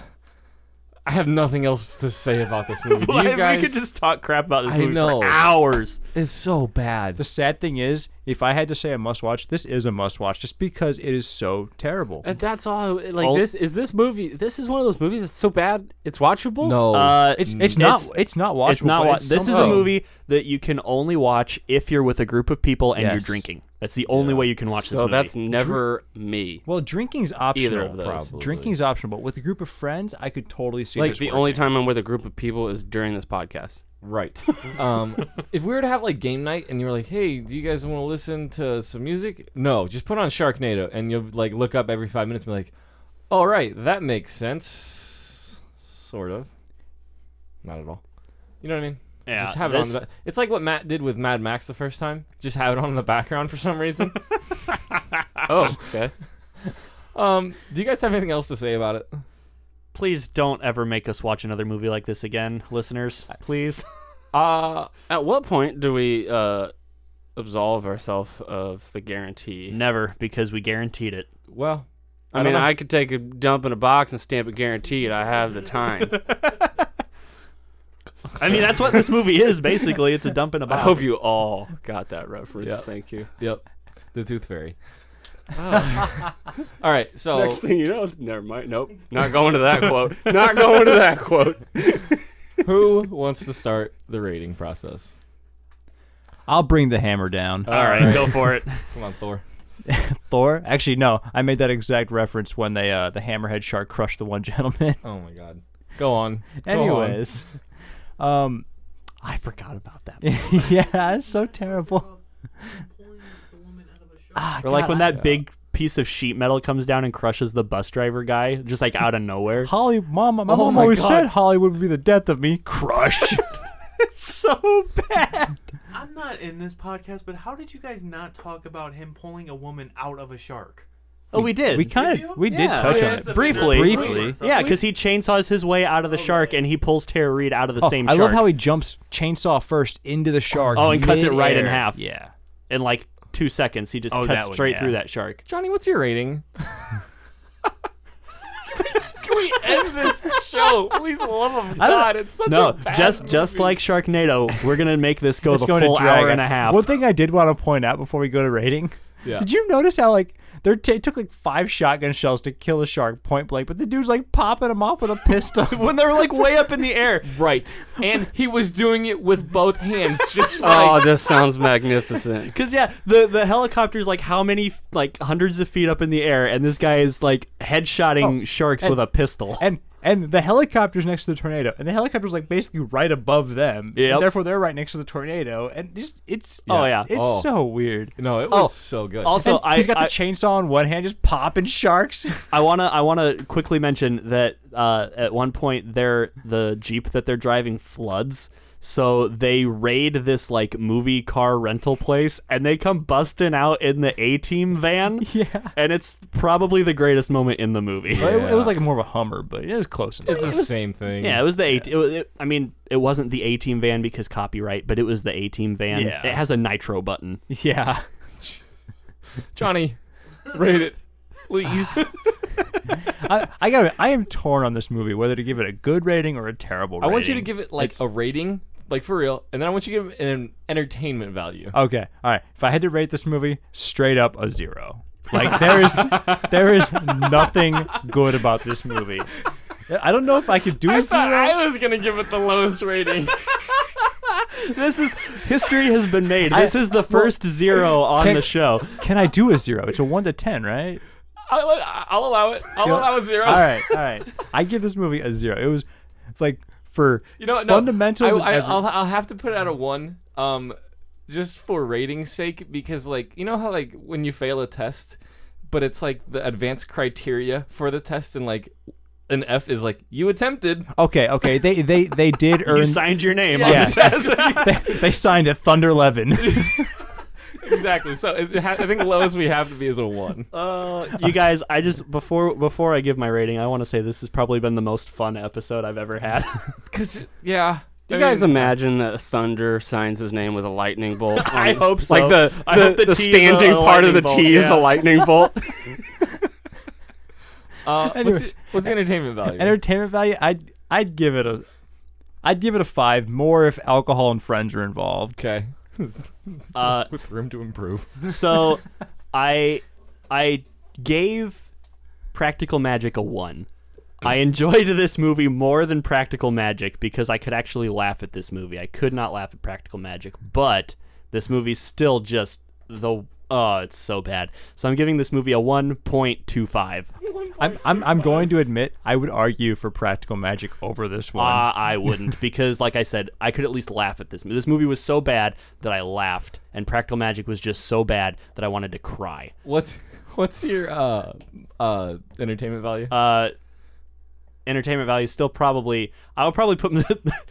S3: I have nothing else to say about this movie. Do you guys?
S2: we could just talk crap about this
S3: I
S2: movie
S3: know.
S2: for hours.
S3: It's so bad.
S1: The sad thing is, if I had to say a must watch, this is a must watch just because it is so terrible.
S11: And that's all. Like
S2: Oh.
S11: this is this movie. This is one of those movies that's so bad it's watchable.
S3: No,
S2: Uh,
S1: It's it's not it's,
S2: it's-
S1: not watchable.
S2: it's not.
S1: but
S2: Wa- this is a
S1: somehow-
S2: movie that you can only watch if you're with a group of people and you're
S1: Yes.
S2: drinking. That's the only way you can watch this
S11: so
S2: movie.
S11: that's never me.
S1: Well, drinking's optional.
S11: Either of those.
S1: probably. Drinking's optional, but with a group of friends, I could totally see
S11: Like
S1: this
S11: the
S1: working.
S11: only time I'm with a group of people is during this podcast.
S3: right. Um, if we were to have like game night and you were like, "Hey, do you guys want to listen to some music?" No, just put on Sharknado and you'll like look up every five minutes and be like, "All right, that makes sense." Sort of. Not at all. You know what I mean?
S2: Yeah,
S3: just have it on.
S2: this-
S3: The, ba- it's like what Matt did with Mad Max the first time. Just have it on in the background for some reason.
S11: Oh, okay.
S3: Um, do you guys have anything else to say about it?
S2: Please don't ever make us watch another movie like this again, listeners. Please.
S3: Uh,
S11: At what point do we uh, absolve ourselves of the guarantee?
S2: Never, because we guaranteed it.
S3: well,
S11: I,
S3: I
S11: mean,
S3: don't know.
S11: I could take a dump in a box and stamp it guaranteed. I have the time.
S2: I mean, that's what this movie is, basically. It's a dump in a
S11: I
S2: box.
S11: hope you all got that reference.
S3: Yeah.
S11: Thank you.
S3: yep, the Tooth Fairy. All right, so
S11: Next thing you know, it's, never mind. Nope. Not going to that quote. Not going to that quote.
S3: who wants to start the rating process?
S1: I'll bring the hammer down.
S2: All right, go for it.
S3: Come on, Thor.
S1: Thor? Actually, no. I made that exact reference when they uh, the hammerhead shark crushed the one gentleman.
S3: Oh my God. Go on. Go on.
S1: Anyways, um,
S2: I forgot about that.
S1: yeah, it's so terrible. Ah,
S2: Or like
S1: God,
S2: when
S1: I-
S2: that big piece of sheet metal comes down and crushes the bus driver guy, just like out of nowhere.
S1: Holly, mom, Oh my mom
S3: my
S1: always
S3: God.
S1: said Hollywood would be the death of me. Crush. it's so bad.
S12: I'm not in this podcast, but how did you guys not talk about him pulling a woman out of a shark?
S2: Oh, we did.
S1: We kind
S12: you?
S1: of we
S2: Yeah.
S1: did touch
S2: Oh, yeah,
S1: on
S2: that's
S1: it
S2: the- Briefly.
S1: Briefly.
S2: yeah, because he chainsaws his way out of the shark and he pulls Tara Reed out of the
S1: Oh,
S2: same
S1: I
S2: shark
S1: love how he jumps chainsaw first into the shark.
S2: Oh, and cuts it right in
S1: midair.
S2: half.
S1: Yeah.
S2: in like two seconds. He just
S1: Oh,
S2: cuts
S1: that one,
S2: straight
S1: yeah.
S2: through that shark.
S3: Johnny, what's your rating? Can we end this show? Please, for the love of
S1: I don't-
S3: God, it's such a
S2: No,
S3: bad
S2: just just
S3: movie.
S2: like Sharknado, we're gonna make this go
S1: It's
S2: the
S1: going
S2: full
S1: to drag
S2: hour
S1: it.
S2: and a half.
S1: One thing I did want to point out before we go to rating.
S3: Yeah.
S1: Did you notice how like they it took like five shotgun shells to kill a shark point blank, but the dude's like popping them off with a pistol when they're like way up in the air.
S3: right, and he was doing it with both hands, just like
S11: Oh, this sounds magnificent.
S2: Cause yeah, the the helicopter's like how many like hundreds of feet up in the air, and this guy is like headshotting
S1: Oh,
S2: sharks
S1: and-
S2: with a pistol.
S1: And and the helicopter's next to the tornado, and the helicopter's like basically right above them. and
S2: Yep.
S1: Therefore, they're right next to the tornado, and just it's
S2: Oh, yeah.
S1: it's
S3: Oh.
S1: so weird.
S3: no, it was so good.
S2: also,
S1: And
S2: I
S1: he's got
S2: I,
S1: the chainsaw in one hand, just popping sharks.
S2: I wanna I wanna quickly mention that uh, at one point their the jeep that they're driving floods. So they raid this like movie car rental place, and they come busting out in the A Team van.
S1: Yeah.
S2: and it's probably the greatest moment in the movie.
S1: Well, it, it was
S3: Yeah.
S1: like more of a Hummer, but it was close enough.
S3: it's the same thing.
S2: Yeah, it was the A. It, was- it, I mean, it wasn't the A team van because copyright, but it was the A team van.
S1: Yeah.
S2: It has a nitro button.
S1: yeah.
S3: Johnny, rate it, please.
S1: I, I got. I am torn on this movie whether to give it a good rating or a terrible.
S3: I
S1: rating.
S3: want you to give it like a rating, like for real, and then I want you to give it an entertainment value.
S1: Okay, all right. If I had to rate this movie, straight up a zero. Like there is, there is nothing good about this movie. I don't know if I could do
S3: I
S1: a
S3: thought
S1: zero.
S3: I was gonna give it the lowest rating.
S2: this is history has been made. This
S1: I-
S2: is the first zero on
S1: Can-
S2: the show.
S1: Can I do a zero? It's a one to ten, right?
S3: I'll, I'll allow it. I'll
S1: You know-
S3: allow a zero.
S1: All right, all right. I give this movie a zero. It was like for
S3: You know, no,
S1: fundamentals. and
S3: I,
S1: every-
S3: will I'll have to put it out a one, um, just for rating's sake, because like you know how like when you fail a test, but it's like the advanced criteria for the test, and like an F is like you attempted. Oh,
S1: okay, okay. They they they did earn.
S2: You signed your name.
S3: Yeah,
S2: on the
S1: Yeah.
S2: test.
S1: they, they signed a Thunder Levin.
S3: exactly. So it, it ha- I think lowest we have to be is a one.
S2: you guys, I just before before I give my rating, I want to say this has probably been the most fun episode I've ever had.
S3: Cause yeah,
S2: You
S3: I
S2: guys
S3: mean, imagine
S2: that
S3: Thunder signs his name with a lightning bolt.
S2: I hope so.
S3: Like the
S2: I hope
S3: the, the
S2: T is a-
S3: standing
S2: a
S3: part of the
S2: lightning
S3: T
S2: bolt,
S3: is
S2: yeah.
S3: a lightning bolt. uh,
S1: Anyways.
S3: what's the entertainment value?
S1: Entertainment value, I'd I'd give it a I'd give it a five more if alcohol and friends are involved.
S3: okay,
S2: Uh,
S3: with room to improve.
S2: so I I gave Practical Magic a 1. I enjoyed this movie more than Practical Magic because I could actually laugh at this movie. I could not laugh at Practical Magic, but this movie's still just the oh, it's so bad. So I'm giving this movie a 1.25.
S1: I'm I'm I'm going to admit I would argue for Practical Magic over this one.
S2: Uh, I wouldn't because, like I said, I could at least laugh at this. mo- This movie was so bad that I laughed, and Practical Magic was just so bad that I wanted to cry.
S3: What's what's your uh uh entertainment value?
S2: uh entertainment value is still probably i would probably put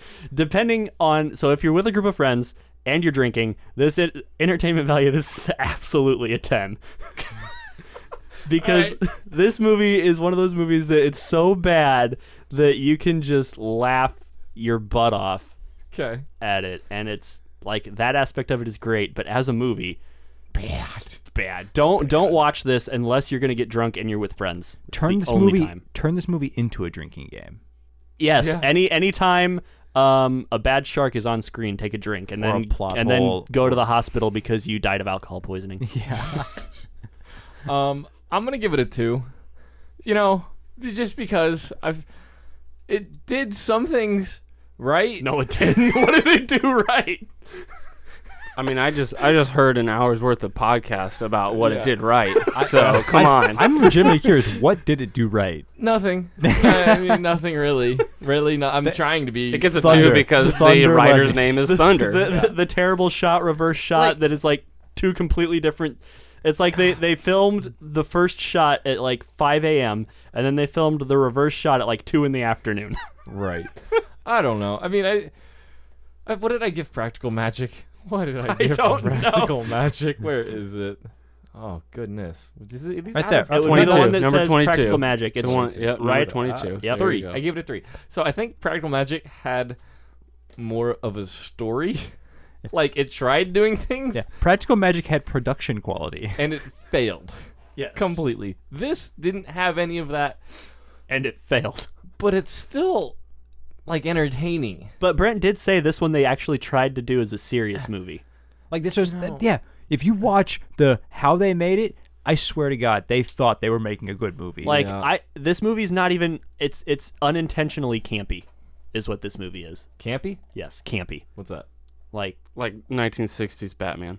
S2: depending on so if you're with a group of friends and you're drinking this en- entertainment value this is absolutely a 10 because
S3: Alright.
S2: this movie is one of those movies that it's so bad that you can just laugh your butt off
S3: Okay,
S2: at it and it's like that aspect of it is great but as a movie
S3: bad.
S2: bad don't don't watch this unless you're gonna get drunk and you're with friends It's
S1: turn
S2: the
S1: this
S2: only
S1: movie
S2: time.
S1: turn this movie into a drinking game.
S2: Yes.
S3: Yeah.
S2: Any anytime um, a bad shark is on screen, take a drink and
S1: Or a
S2: then
S1: plot
S2: and
S1: hole.
S2: then go to the hospital because you died of alcohol poisoning.
S3: Um, I'm gonna give it a two. You know, just because I've it did some things right.
S2: no, it didn't. what did it do right?
S3: I mean, I just I just heard an hour's worth of podcast about what it did right.
S2: So come on.
S1: I'm legitimately curious, what did it do right?
S3: Nothing. I mean, nothing really. Really, no, I'm trying to be. It
S1: a Thunder. two because The the Thunder writer's Legend.
S3: name is
S2: the, the, the terrible shot, reverse shot
S3: Like-
S2: that is like two completely different. It's like they, they filmed the first shot at like 5 a.m. and then they filmed the reverse shot at like 2 in the afternoon.
S1: Right.
S3: I don't know. I mean, I, I. What did I give Practical Magic? What did I give
S2: don't know.
S3: Practical Magic? Where is it? Oh goodness! Is it- it's
S1: Right
S3: out
S1: there,
S3: of-
S1: right
S2: It would be the
S1: 22,
S2: one that
S11: number
S2: says
S11: 22.
S2: Practical Magic.
S11: The
S2: It's
S11: one- yeah, number
S12: uh,
S2: right?
S11: 22.
S2: Yeah,
S11: There
S2: three.
S11: you go.
S3: I gave it a three. So I think Practical Magic had more of a story. like it tried doing things
S1: Yeah. Practical Magic had production quality.
S3: and it failed
S2: Yes.
S3: completely. This didn't have any of that,
S2: And it failed.
S3: but it's still like entertaining.
S2: But Brent did say this one they actually tried to do as a serious movie.
S1: Like this was yeah. If you watch the how they made it, I swear to God, they thought they were making a good movie.
S2: Like
S3: Yeah.
S2: I this movie's not even it's it's unintentionally campy is what this movie is.
S3: Campy?
S2: Yes, campy.
S3: What's that?
S2: Like
S11: like 1960s Batman.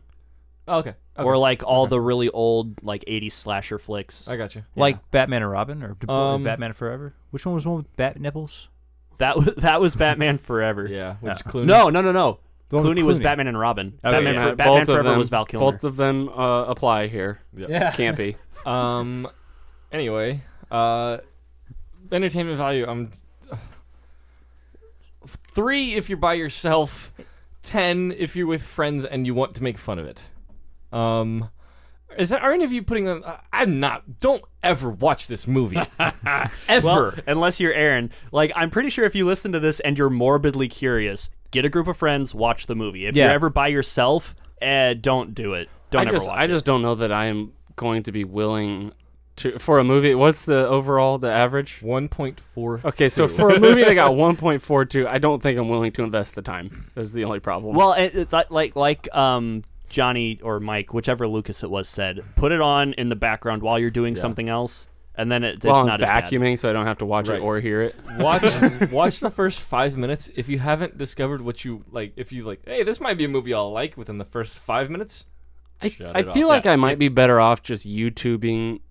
S3: Oh, okay. okay.
S2: or like all the really old like 80s slasher flicks.
S3: I got you.
S1: Like Batman and Robin or, or
S3: Um,
S1: Batman Forever. Which one was the one with bat nipples?
S2: That was that was Batman Forever.
S3: Yeah, which
S1: Yeah.
S3: Clooney.
S2: No, no, no, no.
S1: The one with
S2: Clooney was
S1: Clooney.
S2: Batman and uh, Robin.
S1: Okay.
S2: Batman,
S1: Yeah,
S2: Fo-
S11: Oh, both
S2: Batman
S11: of
S2: Forever
S11: them-
S2: was Val Kilmer.
S11: Both of them uh, apply here.
S1: Yeah.
S11: Campy.
S3: Um. Anyway, uh, entertainment value. I'm three if you're by yourself, ten if you're with friends and you want to make fun of it. Um, is that, are any of you putting on? I- I'm not. Don't ever watch this movie. ever.
S2: Well, unless you're Aaron. Like, I'm pretty sure if you listen to this and you're morbidly curious, get a group of friends, watch the movie. If
S1: Yeah.
S2: you're ever by yourself, eh, don't do it. Don't
S11: I
S2: ever
S11: just
S2: watch
S11: I
S2: it.
S11: just don't know that I am going to be willing to for a movie. What's the overall the average?
S3: One point four.
S11: Okay, so for a movie that got 1.42, I don't think I'm willing to invest the time. That's the only problem.
S2: Well, it, it's like like like um Johnny or Mike, whichever Lucas it was, said, put it on in the background while you're doing something else, and then it, it's
S11: While I'm
S2: not as bad.
S11: vacuuming, so I don't have to watch
S3: Right.
S11: it or hear it.
S3: Watch watch the first five minutes. If you haven't discovered what you like, if you like, hey, this might be a movie I'll like within the first five minutes.
S11: I,
S3: shut
S11: I
S3: it off.
S11: feel like
S3: Yeah.
S11: I might be better off just YouTubing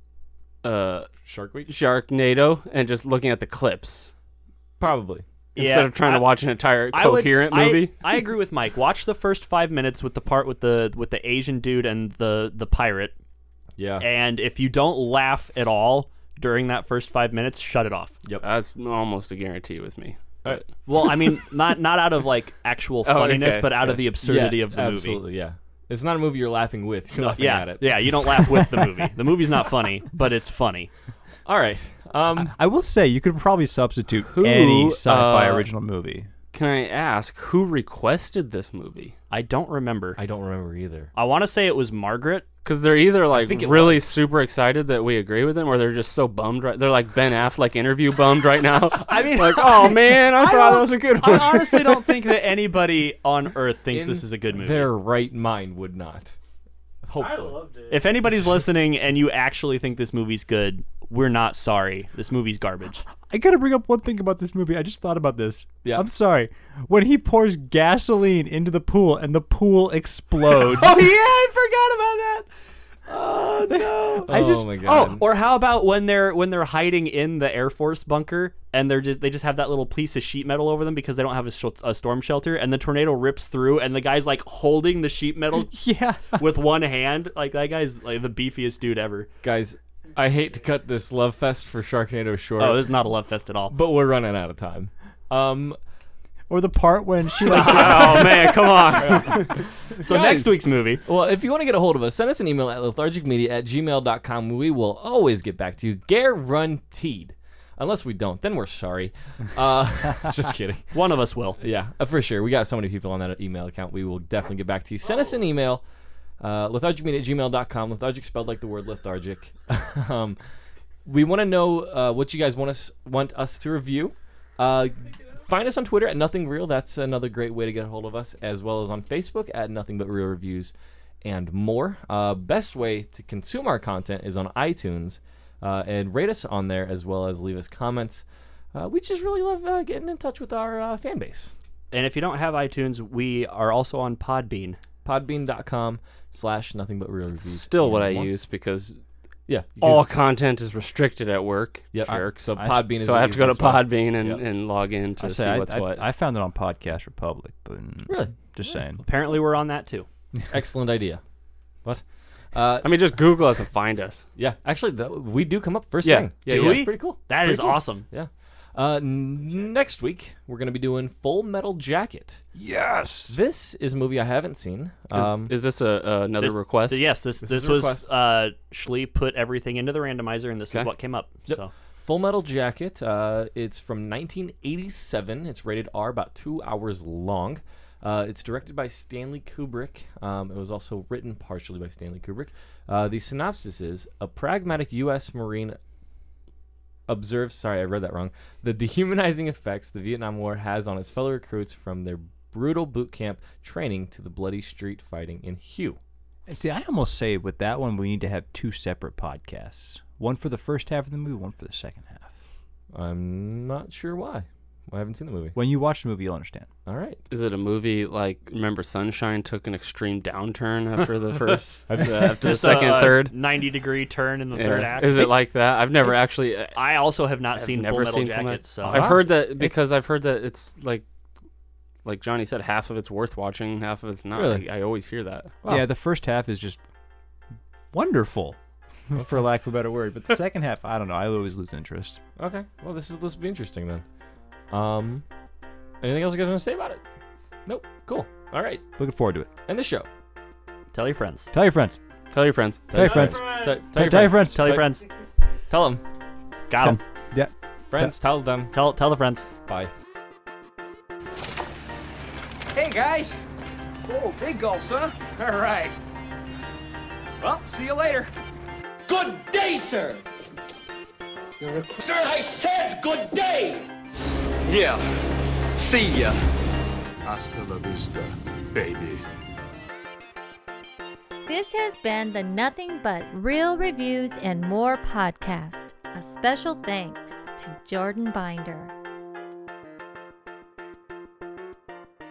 S11: uh,
S3: Shark Week,
S11: Sharknado, and just looking at the clips
S3: probably
S11: instead
S2: Yeah,
S11: of trying
S2: I-
S11: to watch an entire
S2: I would-
S11: coherent
S2: I-
S11: movie.
S2: I, agree with Mike. Watch the first five minutes with the part with the with the Asian dude and the the pirate.
S3: Yeah.
S2: And if you don't laugh at all during that first five minutes, shut it off.
S3: Yep.
S11: That's almost a guarantee with me.
S3: Alright.
S2: Well, I mean, not not out of like actual
S11: Oh,
S2: funniness,
S11: okay.
S2: but out of
S11: Yeah.
S2: the absurdity
S3: Yeah,
S2: of the movie.
S3: Absolutely, yeah. It's not a movie you're laughing with. You're
S2: No,
S3: laughing
S2: yeah,
S3: at it.
S2: yeah. You don't laugh with the movie. The movie's not funny, but it's funny.
S3: All right. Um,
S1: I will say you could probably substitute any sci-fi
S11: uh,
S1: original movie.
S11: Can I ask who requested this movie?
S2: I don't remember.
S3: I don't remember either.
S2: I want to say it was Margaret.
S11: Because they're either like
S3: think it
S11: really super excited that we agree with them, or they're just so bummed. Right, they're like Ben Affleck interview bummed right now.
S2: I mean,
S11: like, oh man, I, thought that
S2: don't-
S11: was a good one.
S2: I honestly don't think that anybody on Earth thinks
S3: In
S2: this is a good movie.
S3: Their right mind would not.
S12: I
S3: Hopefully.
S12: loved it.
S2: If anybody's listening and you actually think this movie's good, we're not sorry. This movie's garbage.
S1: I gotta bring up one thing about this movie. I just thought about this.
S3: Yeah.
S1: I'm sorry. When he pours gasoline into the pool and the pool explodes.
S2: yeah, I forgot about that. Oh no.
S1: I
S3: oh
S1: just-
S3: my god.
S2: or how about when they're when they're hiding in the Air Force bunker and they're just they just have that little piece of sheet metal over them because they don't have a, shel- a storm shelter and the tornado rips through and the guy's like holding the sheet metal
S1: yeah.
S2: with one hand like that guy's like the beefiest dude ever.
S3: Guys, I hate to cut this love fest for Sharknado short,
S2: Oh, this is not a love fest at all.
S3: but we're running out of time. Um,
S1: Or the part when she like
S2: oh man, come on. so next week's movie.
S3: Well, if you want to get a hold of us, send us an email at lethargicmedia at gmail.com. We will always get back to you, guaranteed. Unless we don't, then we're sorry. Uh, just kidding.
S2: One of us will.
S3: Yeah, uh, for sure. We got so many people on that email account. We will definitely get back to you. Send us an email, uh, lethargicmedia at gmail.com. Lethargic spelled like the word lethargic. um, we want to know uh, what you guys want us want us to review. Uh, find us on Twitter at Nothing Real. That's another great way to get a hold of us, as well as on Facebook at Nothing But Real Reviews and more. Uh, best way to consume our content is on iTunes uh, and rate us on there, as well as leave us comments. Uh, we just really love uh, getting in touch with our uh, fan base.
S2: And if you don't have iTunes, we are also on Podbean.
S3: Podbean.com slash Nothing But Real Reviews.
S11: Still, what I
S3: and more.
S11: use because
S3: Yeah.
S11: all
S3: because-
S11: content is restricted at work.
S3: Yep.
S11: jerks.
S3: So Podbean is
S11: So I
S3: the
S11: have to go to
S3: easiest one.
S11: Podbean and,
S3: Yep.
S11: and log in to see what's
S1: I,
S11: what.
S1: I found it on Podcast Republic, but mm,
S3: Really?
S1: just saying.
S2: Apparently, we're on that too.
S3: Excellent idea. What? Uh,
S11: I mean, just Google us and find us.
S3: yeah. Actually, th- we do come up first
S11: Yeah,
S3: thing.
S11: yeah,
S3: Dude,
S11: yeah.
S3: that's Pretty cool.
S2: That
S3: Pretty
S2: is
S3: cool.
S2: awesome.
S3: Yeah. Uh, n- next week we're gonna be doing Full Metal Jacket. Yes. This is a movie I haven't seen.
S11: Is,
S3: Um,
S11: is this a, uh, another
S2: This-
S11: request?
S2: Yes, this
S3: This
S2: this,
S3: is a
S2: was
S3: request.
S2: uh, Schley put everything into the randomizer, and this
S11: Okay.
S2: is what came up. So
S3: Full Metal Jacket. Uh, it's from 1987. It's rated R, about two hours long. Uh, it's directed by Stanley Kubrick. Um, it was also written partially by Stanley Kubrick. Uh, the synopsis is a pragmatic U.S. Marine observes. Sorry, I read that wrong. The dehumanizing effects the Vietnam War has on his fellow recruits from their brutal boot camp training to the bloody street fighting in Hue.
S1: See, I almost say with that one we need to have two separate podcasts. One for the first half of the movie, one for the second half.
S3: I'm not sure why. I haven't seen the movie.
S1: When you watch the movie, you'll understand.
S3: All right.
S11: Is it a movie like remember Sunshine took an extreme downturn after the first, uh, after the second,
S2: uh,
S11: third?
S2: ninety degree turn in the
S11: Yeah.
S2: third act.
S11: Is it like that? I've never actually. I-
S2: I also have not seen
S11: I've never
S2: Full Metal
S11: seen Full
S2: Jacket,
S11: Metal-
S2: so
S11: I've heard that because I've heard that it's like, like Johnny said, half of it's worth watching, half of it's not.
S3: Really?
S11: I, I always hear that.
S3: Wow.
S1: Yeah, the first half is just wonderful, for lack of a better word. But the second half, I don't know. I always lose interest.
S3: Okay. Well, this is this will be interesting then. Um, anything else you guys want to say about it? Nope. Cool. All right.
S1: Looking forward to it.
S3: End the show.
S2: Tell your friends.
S1: Tell your friends.
S11: Tell your friends.
S1: Tell your friends.
S3: Tell,
S1: Tell tell your friends.
S2: Tell your
S3: Tell-
S2: friends.
S3: Tell them.
S2: Got them.
S1: Yeah.
S3: Friends, tell them.
S2: Tell tell the friends.
S3: Bye.
S6: Hey, guys. Oh, big gulps, huh? All right. Well, see you later.
S8: Good day, sir. You're a sir. I said good day.
S6: Yeah. See ya.
S7: Hasta la vista, baby.
S9: This has been the Nothing But Real Reviews and More podcast, A special thanks to Jordan Binder.
S13: Linger, man.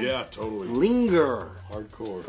S7: Yeah, totally.
S13: Linger.
S7: Hardcore.